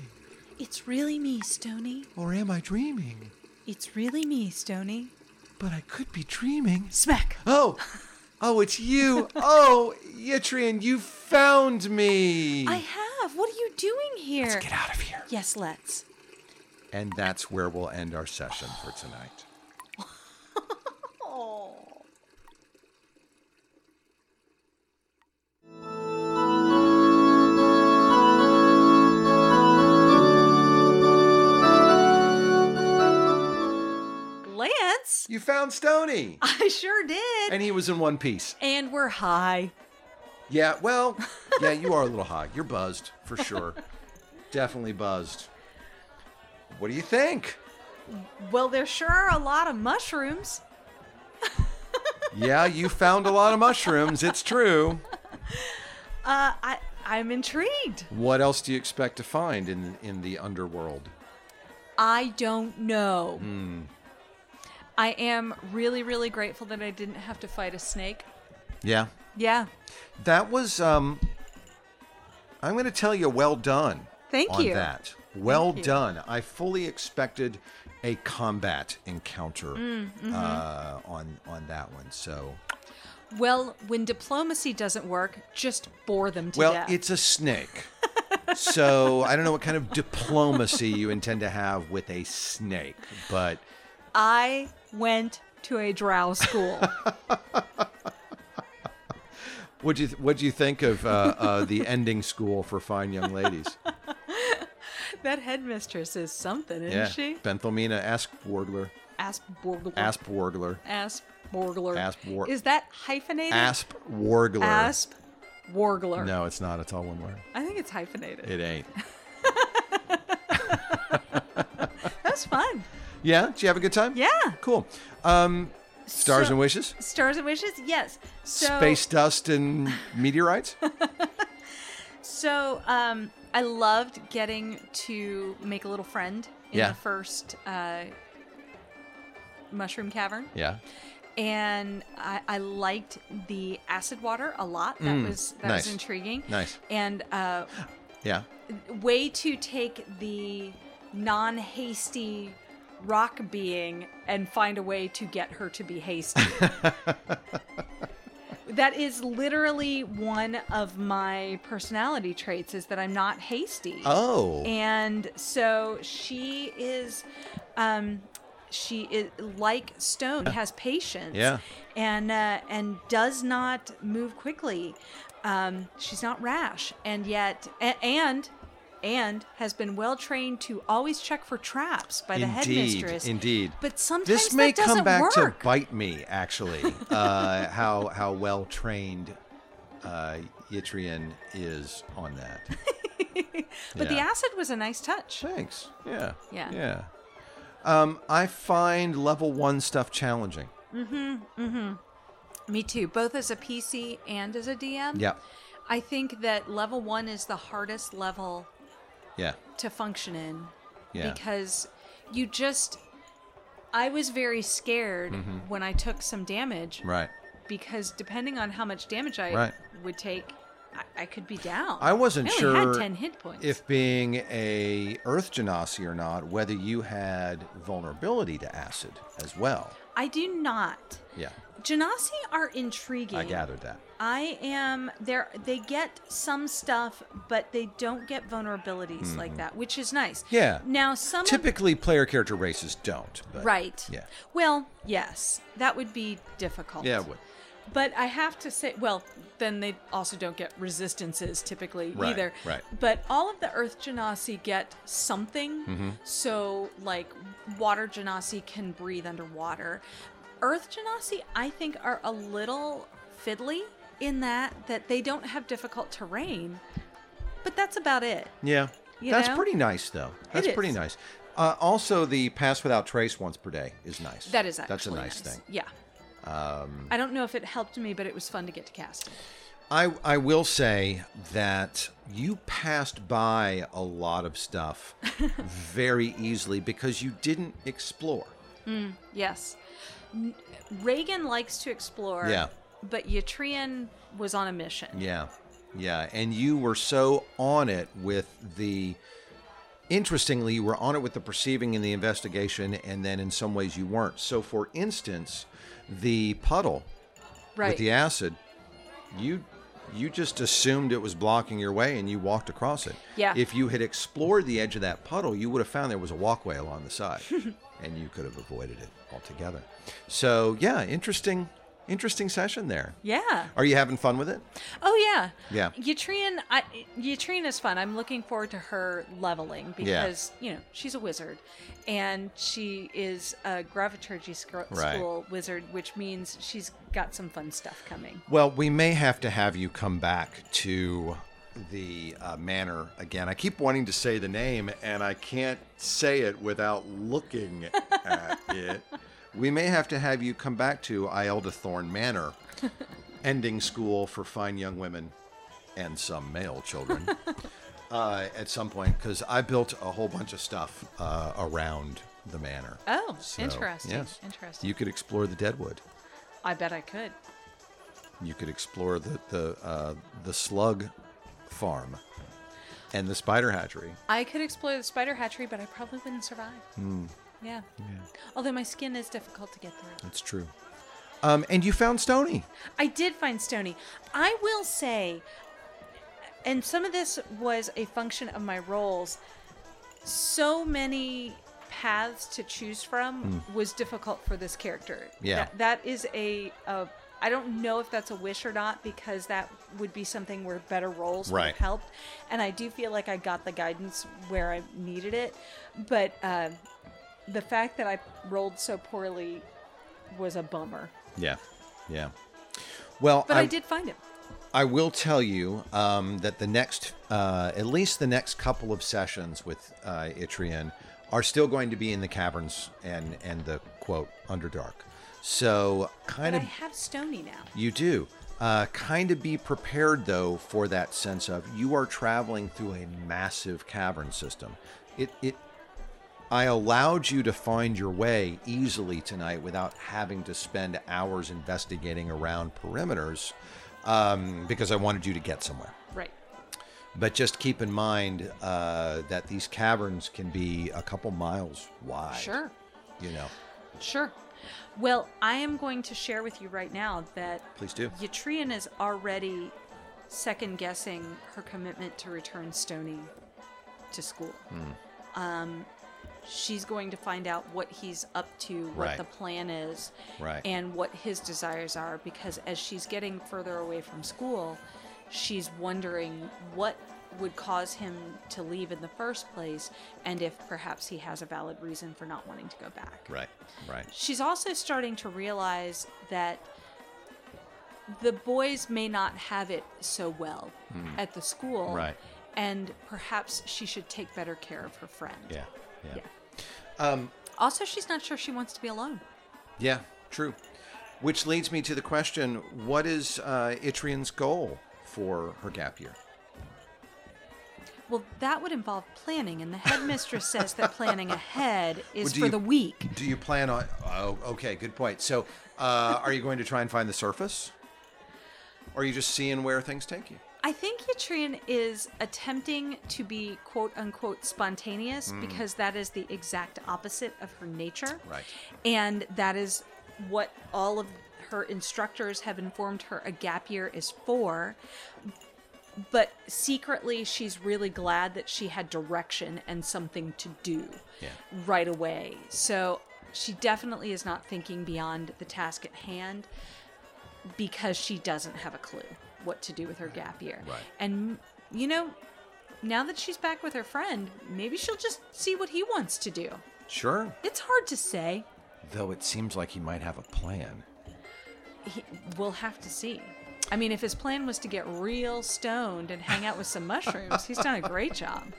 It's really me, Stony.
Or am I dreaming?
It's really me, Stony.
But I could be dreaming."
Smack!
Oh, oh, it's you. Oh, Yitrian, you found me.
I have. What are you doing here?
Get out of here.
Yes, let's.
And that's where we'll end our session for tonight.
Lance, (laughs)
You found Stony,
I sure did.
and he was in one piece.
and we're high.
Yeah, well, yeah, you are a little high. You're buzzed for sure. Definitely buzzed. What do you think?
Well, there sure are a lot of mushrooms.
Yeah, you found a lot of mushrooms. It's true.
Uh, I I'm intrigued.
What else do you expect to find in in the underworld?
I don't know. I am really really grateful that I didn't have to fight a snake.
Yeah,
Yeah.
that was. um I'm going to tell you, well done.
Thank
on
you.
That well done. I fully expected a combat encounter
Mm, mm-hmm.
uh, on on that one. So
Well, when diplomacy doesn't work, just bore them to
Well,
death.
it's a snake. so I don't know what kind of diplomacy you intend to have with a snake, but
I went to a drow
(laughs)
school.
what do you what do you think of uh, uh, the ending school for fine young
(laughs)
ladies?
that headmistress is something, isn't she?
Benthelmina Asp Wardler,
Asp Borgler.
Asp Wardler,
Asp Borgler.
Asp Wor-
Is that hyphenated?
Asp Wardler.
Asp Wargler.
No, it's not. It's all one word.
I think it's hyphenated.
It ain't.
That's fun.
(laughs) Yeah. Did you have a good time?
Yeah.
Cool. Um, stars
So-
and wishes.
Stars and wishes? Yes. So
Space dust and
(laughs)
meteorites.
so um I loved getting to make a little friend in
Yeah.
the first uh mushroom cavern.
yeah.
and I, I liked the acid water a lot. That was that
Mm. nice.
was intriguing.
Nice.
And uh,
Yeah.
way to take the non-hasty rock being and find a way to get her to be hasty. that is literally one of my personality traits is that I'm not hasty.
Oh.
And so she is, um, she is like Stone has patience.
Yeah.
And uh, and does not move quickly. Um, she's not rash, and yet a- and and has been well trained to always check for traps by the
indeed,
headmistress.
Indeed.
But sometimes
this may
that
come
doesn't
back
work.
to bite me,
(laughs)
actually. Uh, how how well trained uh, Yitrian is on that.
(laughs) but the
yeah.
acid was a nice touch.
Thanks. Yeah.
Yeah.
Yeah. Um, I find level one stuff challenging.
Me too, both as a PC and as a DM.
Yeah.
I think that level one is the hardest level
Yeah.
to function in
Yeah.
because you just I was very scared when I took some damage
Mm-hmm. Right.
because depending on how much damage I
Right.
would take, I, I could be down.
I wasn't
I only
sure
had ten hit points.
if being a Earth Genasi or not, whether you had vulnerability to acid as well.
I do not.
Yeah.
Genasi are intriguing.
I gathered that.
I am there. They get some stuff, but they don't get vulnerabilities like that, which is nice.
Mm-hmm. Yeah.
Now some of-
Typically, player character races don't. But
right.
Yeah.
Well, yes, that would be difficult.
Yeah, it would.
But I have to say, well, then they also don't get resistances typically
Right,
either.
right.
But all of the Earth Genasi get something.
Mm-hmm.
So, like, Water Genasi can breathe underwater. Earth Genasi, I think, are a little fiddly in that that they don't have difficult terrain. But that's about it.
Yeah.
You
That's
know?
pretty nice, though. That's
is.
pretty nice. Uh, also, the pass without trace once per day is nice.
That is actually
That's a nice, thing.
Yeah. Um, I don't know if it helped me, but it was fun to get to cast.
I, I will say that you passed by a lot of
(laughs)
stuff very easily because you didn't explore.
Yes. N- Reagan likes to explore.
Yeah.
But Yatrian was on a mission.
Yeah. Yeah. And you were so on it with the. Interestingly, you were on it with the perceiving and the investigation, and then in some ways you weren't. So, for instance, the puddle
right.
with the acid, you you just assumed it was blocking your way and you walked across it.
Yeah.
If you had explored the edge of that puddle, you would have found there was a walkway along the
(laughs)
side and you could have avoided it altogether. So, yeah, interesting interesting session there.
yeah.
Are you having fun with it?
Oh yeah.
Yeah.
Yatrian, I, Yatrian is fun. I'm looking forward to her leveling because you know she's a wizard, and she is a graviturgy sc-
Right.
school wizard, which means she's got some fun stuff coming.
Well, we may have to have you come back to the uh, manor again. I keep wanting to say the name and I can't
Say it without
(laughs)
looking at it.
We may have to have you come back to Ielda Thorn
(laughs)
Manor, ending school for fine young women and some male
(laughs)
children uh, at some point, because I built a whole bunch of stuff uh, around the manor.
Oh,
So,
interesting.
yes.
Interesting.
You could explore the Deadwood.
I bet I could.
You could explore the the uh, the slug farm and the spider hatchery.
I could explore the spider hatchery, but I probably wouldn't survive.
Hmm.
Yeah. Although my skin is difficult to get through.
That's true. Um, and you found Stony.
I did find Stony. I will say, and some of this was a function of my roles, so many paths to choose from was difficult for this character.
Hmm. Yeah.
That- that is a. a I don't know if that's a wish or not because that would be something where better roles would
Right.
have helped. And I do feel like I got the guidance where I needed it. But uh, the fact that I rolled so poorly was a bummer.
Yeah, yeah. Well,
But I, did find him.
I will tell you um, that the next, uh, at least the next couple of sessions with uh, Itrian are still going to be in the caverns and and the quote Underdark. So
But
kind
I
of
have Stony now.
you do. Uh, kind of be prepared though for that sense of you are traveling through a massive cavern system. It it I allowed you to find your way easily tonight without having to spend hours investigating around perimeters um, because I wanted you to get somewhere.
Right.
But just keep in mind uh, that these caverns can be a couple miles wide.
Sure.
You know.
Sure. Well, I am going to share with you right now that
Please do.
Yatrian is already second guessing her commitment to return Stony to school. Um,
Hmm.
she's going to find out what he's up to, what
Right.
the plan is,
Right.
and what his desires are. Because as she's getting further away from school, she's wondering what would cause him to leave in the first place, and if perhaps he has a valid reason for not wanting to go back.
Right. Right.
She's also starting to realize that the boys may not have it so well at the school.
Hmm. Right.
And perhaps she should take better care of her friend.
Yeah. Yeah.
Yeah. Also, she's not sure she wants to be alone.
Yeah, true. Which leads me to the question what is uh, Itrian's goal for her gap year?
Well, that would involve planning, and the headmistress says
(laughs)
that planning ahead is
Well, do
for
you-
the week.
Do you plan on. Oh, okay, good point. So, uh, are you going to try and find the surface? Or are you just seeing where things take you?
I think Yatrian is attempting to be quote unquote spontaneous because that is the exact opposite of her nature.
Right.
And that is what all of her instructors have informed her a gap year is for. But secretly, she's really glad that she had direction and something to do
Yeah.
right away. So she definitely is not thinking beyond the task at hand because she doesn't have a clue what to do with her gap year.
Right.
And you know, now that she's back with her friend, maybe she'll just see what he wants to do.
Sure.
It's hard to say.
Though it seems like he might have a plan.
He, we'll have to see. I mean, if his plan was to get real stoned and hang out with some mushrooms, he's done a great job.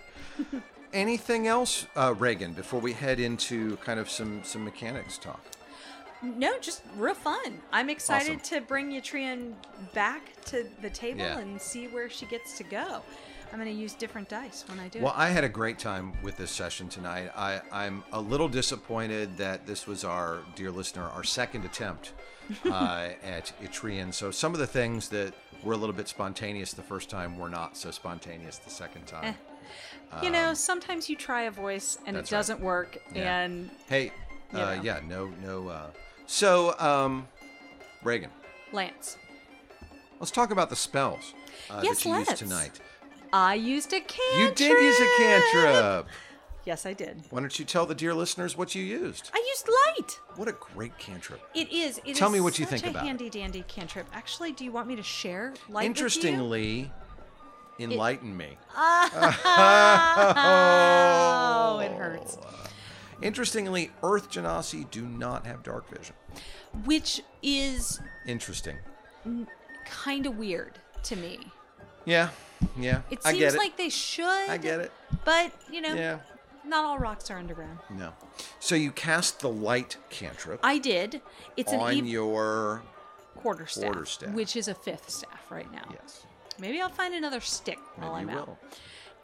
Anything else, uh, Reagan, before we head into kind of some, some mechanics talk?
No, just real fun. I'm excited
Awesome.
to bring Yatrian back to the table
Yeah.
and see where she gets to go. I'm going to use different dice when I do
Well,
it.
I had a great time with this session tonight. I, I'm a little disappointed that this was our, dear listener, our second
(laughs)
attempt uh, at Itrian. So some of the things that were a little bit spontaneous the first time were not so spontaneous the second
Eh,
time.
you know, sometimes you try a voice and it
um, that's right.
doesn't work,
Yeah.
and
hey,
you
uh,
know.
yeah, no, no. Uh, so, um, Reagan,
Lance.
let's talk about the spells uh,
Yes,
that you
let's.
used tonight.
I used a cantrip.
You did use a cantrip.
Yes, I did.
Why don't you tell the dear listeners what you used?
I used light.
What a great cantrip.
It is. It is
Tell me what you
such
think about
a
it.
handy dandy cantrip. Actually, do you want me to share light? With you?
Interestingly, enlighten me.
Oh, it hurts.
Interestingly, Earth Genasi do not have dark vision.
Which is
Interesting.
kind of weird to me.
Yeah, yeah.
It
I
seems
get it.
like they should.
I get it.
But, you know,
Yeah.
not all rocks are underground.
No. So you cast the light cantrip
I did. It's an
on
eve
your
quarter staff,
quarterstaff.
which is a fifth staff right now.
yes.
Maybe I'll find another stick while
Maybe
I'm
you
out.
will.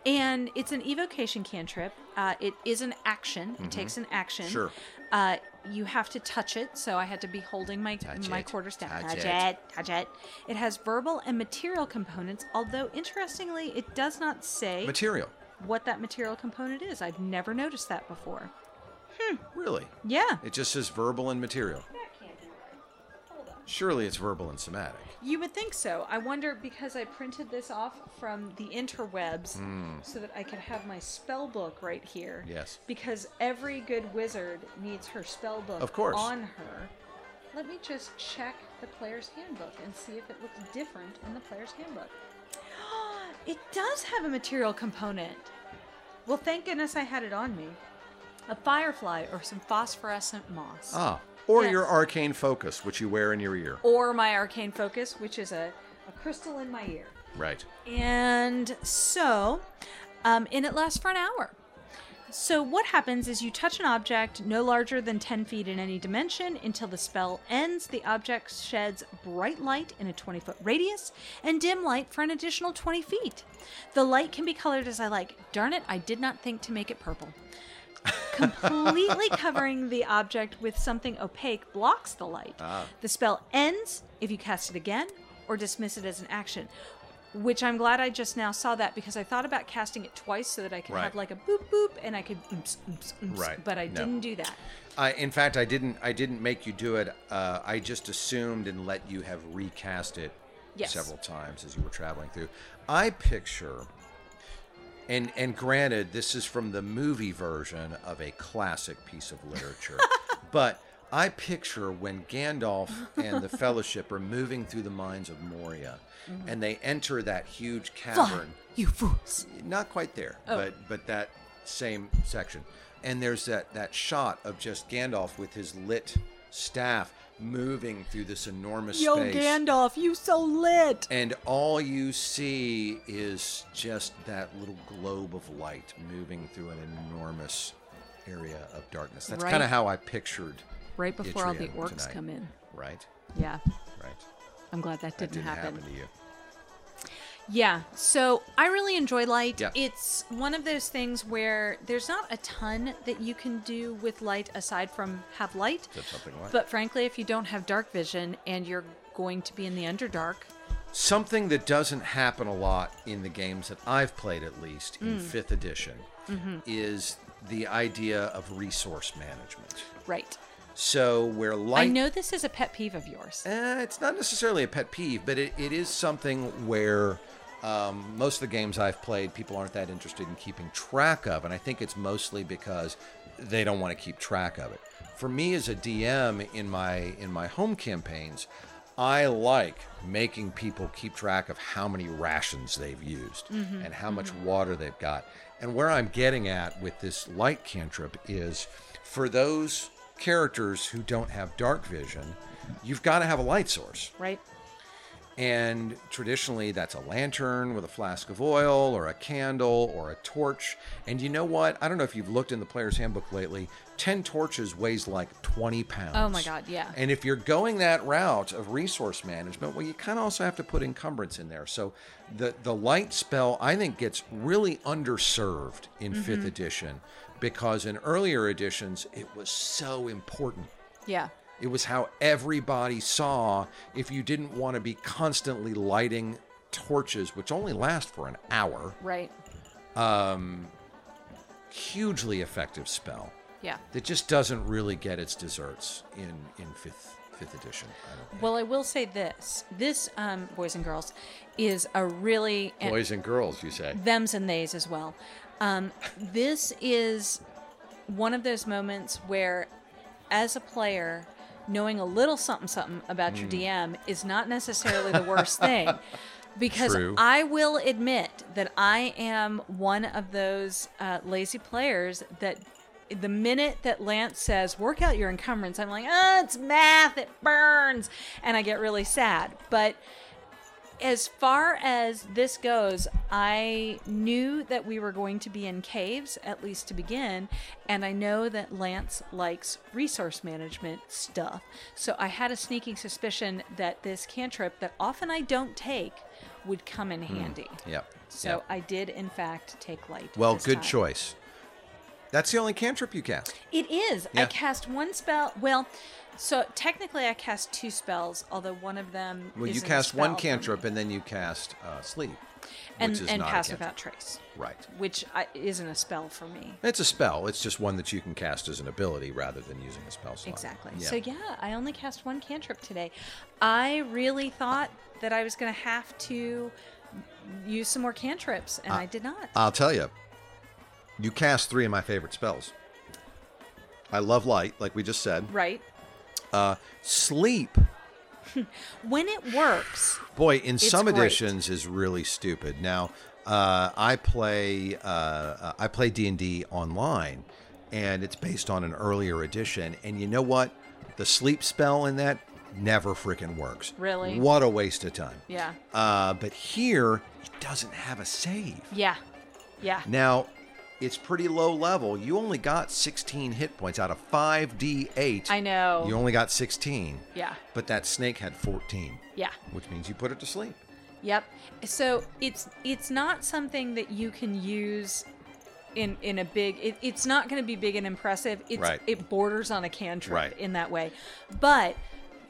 And it's an evocation cantrip. Uh, it is an action. It takes an action.
Mm-hmm. Sure.
Uh, you have to touch it, so I had to be holding my
Touch
my
it.
quarterstaff.
Touch
touch
it.
it. Touch it. It has verbal and material components. Although interestingly, it does not say
Material.
what that material component is. I've never noticed that before.
Really?
Yeah.
It just says verbal and material. Surely it's verbal and somatic.
You would think so. I wonder because I printed this off from the interwebs so that I could have my spell book right here.
Hmm. Yes.
Because every good wizard needs her spell book
Of course.
on her. Let me just check the player's handbook and see if it looks different in the player's handbook. (gasps) it does have a material component. Well, thank goodness I had it on me. A firefly or some phosphorescent moss.
Ah. Or
Yes.
your arcane focus, which you wear in your ear.
Or my arcane focus, which is a, a crystal in my ear.
Right.
And so, um, and it lasts for an hour. So, what happens is you touch an object no larger than 10 feet in any dimension until the spell ends. The object sheds bright light in a 20 foot radius and dim light for an additional 20 feet. The light can be colored as I like. Darn it, I did not think to make it purple. Completely covering the object with something opaque blocks the light.
Ah.
The spell ends if you cast it again or dismiss it as an action. Which I'm glad I just now saw that because I thought about casting it twice so that I could
Right.
have like a boop boop and I could oops oops oops.
Right.
But I
No.
didn't do that.
I, in fact, I didn't. I didn't make you do it. Uh, I just assumed and let you have recast it
Yes.
several times as you were traveling through. I picture, and and granted, this is from the movie version of a classic piece of
(laughs)
literature, but I picture when Gandalf and the Fellowship are moving through the mines of Moria, and they enter that huge cavern
Mm-hmm. You fools. Oh.
not quite there, but but that same section. And there's that that shot of just Gandalf with his lit staff moving through this enormous
Yo,
space.
Gandalf, you so lit.
and all you see is just that little globe of light moving through an enormous area of darkness. That's
Right.
kind of how I pictured
Right before all the
Itrian
orcs
tonight.
come in.
Right,
Yeah.
right.
I'm glad
That
that didn't,
didn't
happen.
happen to you.
Yeah. So I really enjoy light.
Yeah.
It's one of those things where there's not a ton that you can do with light aside from have light.
Said something like-
But frankly, if you don't have dark vision and you're going to be in the underdark,
something that doesn't happen a lot in the games that I've played, at least in
Mm.
fifth edition,
Mm-hmm.
is the idea of resource management.
right.
So where
I
light,
know this is a pet peeve of yours.
Eh, it's not necessarily a pet peeve, but it, it is something where um, most of the games I've played, people aren't that interested in keeping track of, and I think it's mostly because they don't want to keep track of it. For me as a DM in my in my home campaigns, I like making people keep track of how many rations they've used and how much water they've got. And where I'm getting at with this light cantrip is for those characters who don't have dark vision, you've got to have a light source.
right?
And traditionally, that's a lantern with a flask of oil or a candle or a torch. And you know what? I don't know if you've looked in the player's handbook lately. 10 torches weighs like 20 pounds.
Oh my God, yeah.
And if you're going that route of resource management, well, you kind of also have to put encumbrance in there. So the, the light spell, I think, gets really underserved in
Mm-hmm.
fifth edition because in earlier editions, it was so important.
Yeah.
It was how everybody saw if you didn't want to be constantly lighting torches, which only last for an hour.
Right.
Hugely effective spell
Yeah.
that just doesn't really get its desserts in, in fifth fifth edition. I don't think.
Well, I will say this. This, um, boys and girls, is a really and
Boys and girls, you say.
thems and theys as well. Um, this is one of those moments where, as a player, knowing a little something something about
Hmm.
your DM is not necessarily
(laughs)
the worst thing. Because
True.
I will admit that I am one of those uh, lazy players that the minute that Lance says, work out your encumbrance, I'm like, oh, it's math, it burns. And I get really sad. But as far as this goes, I knew that we were going to be in caves, at least to begin, and I know that Lance likes resource management stuff. So I had a sneaking suspicion that this cantrip, that often I don't take, would come in
Hmm.
handy.
Yep.
So
yep.
I did, in fact, take light.
Well,
this
good
time.
choice.
That's the only cantrip you cast.
It is.
Yeah.
I cast one spell. Well, so technically I cast two spells, although one of them.
Well, you
isn't a
cast one
spell.
cantrip and then you cast uh, sleep,
and,
which is
and
not
pass
a
without
cantrip.
trace.
Right.
which I, isn't a spell for me.
It's a spell. It's just one that you can cast as an ability rather than using a spell slot.
Exactly.
Yeah.
So yeah, I only cast one cantrip today. I really thought that I was going to have to use some more cantrips, and I did not.
I'll tell you, you cast three of my favorite spells. I love light, like we just said. Uh,
right?
Sleep,
When it works,
boy, in some
great.
editions is really stupid. Now, uh, I play uh, uh, I play D and D online, and it's based on an earlier edition. And you know what? The sleep spell in that never freaking works.
Really?
What a waste of time.
yeah,
Uh, but here, it doesn't have a save.
yeah, yeah.
Now, it's pretty low level. You only got 16 hit points out of 5d8.
I know.
You only got 16.
Yeah.
But that snake had 14.
Yeah.
Which means you put it to sleep.
Yep. So it's it's not something that you can use in in a big. It, it's not going to be big and impressive. It's,
Right.
It borders on a cantrip
Right.
in that way, but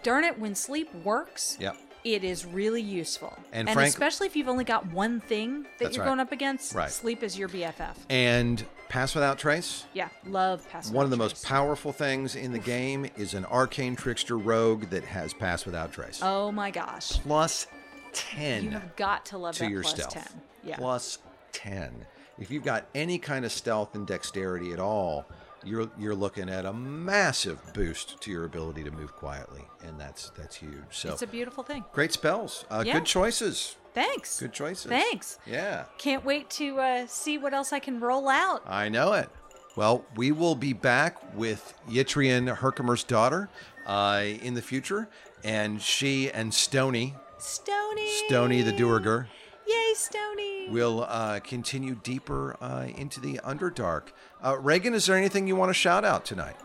darn it, when sleep works,
Yep.
it is really useful.
And frank-
especially if you've only got one thing that
That's
you're
right.
going up against,
Right.
sleep is your BFF.
And pass without trace.
Yeah, love pass.
One of the
without
most
trace.
powerful things in the game is an arcane trickster rogue that has pass without trace.
Oh my gosh,
Plus
you
10
have got to love
to
that
your
plus
stealth.
ten. Yeah.
Plus 10. If you've got any kind of stealth and dexterity at all, you're you're looking at a massive boost to your ability to move quietly, and that's that's huge. So
it's a beautiful thing.
great spells, uh,
Yeah.
good choices,
Thanks.
good choices.
Thanks.
Yeah,
Can't wait to uh, see what else I can roll out.
I know it. Well, we will be back with Yitrian Herkimer's daughter uh, in the future, and she and Stony,
Stony.
Stony the Duergar,
Yay, Stony.
We'll uh, continue deeper uh, into the Underdark. Uh, Reagan, is there anything you want to shout out tonight?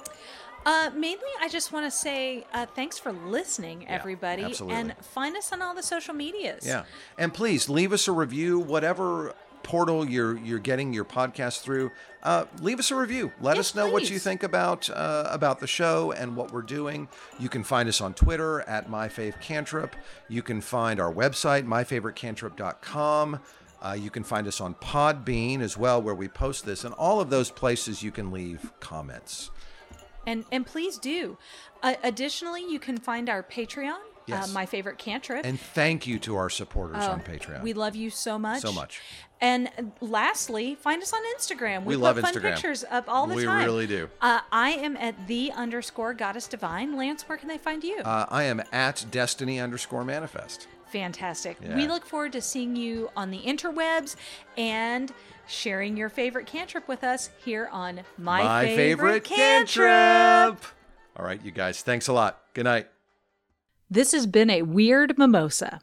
Uh, mainly, I just want to say uh, thanks for listening, everybody.
absolutely.
And find us on all the social medias.
Yeah, and please leave us a review, whatever portal you're you're getting your podcast through. Uh, leave us a review. Let
Yes,
us know what you
please.
think about uh, about the show and what we're doing. You can find us on Twitter at myfavecantrip. You can find our website myfavoritecantrip.com. Uh, you can find us on Podbean as well, where we post this, and all of those places you can leave comments.
And and please do. Uh, additionally, you can find our Patreon.
Yes.
Uh, my favorite cantrip.
And thank you to our supporters on Patreon.
Oh, We love you so much.
So much.
And uh, lastly, find us on Instagram.
We
put
love
fun
Instagram.
pictures up all the
We
time.
really do.
Uh, I am at the underscore goddess divine. Lance, where can they find you?
uh, I am at destiny underscore manifest.
Fantastic.
Yeah.
We look forward to seeing you on the interwebs and sharing your favorite cantrip with us here on My,
My favorite
Cantrip.
cantrip. All right, you guys. Thanks a lot. Good night.
This has been a weird mimosa.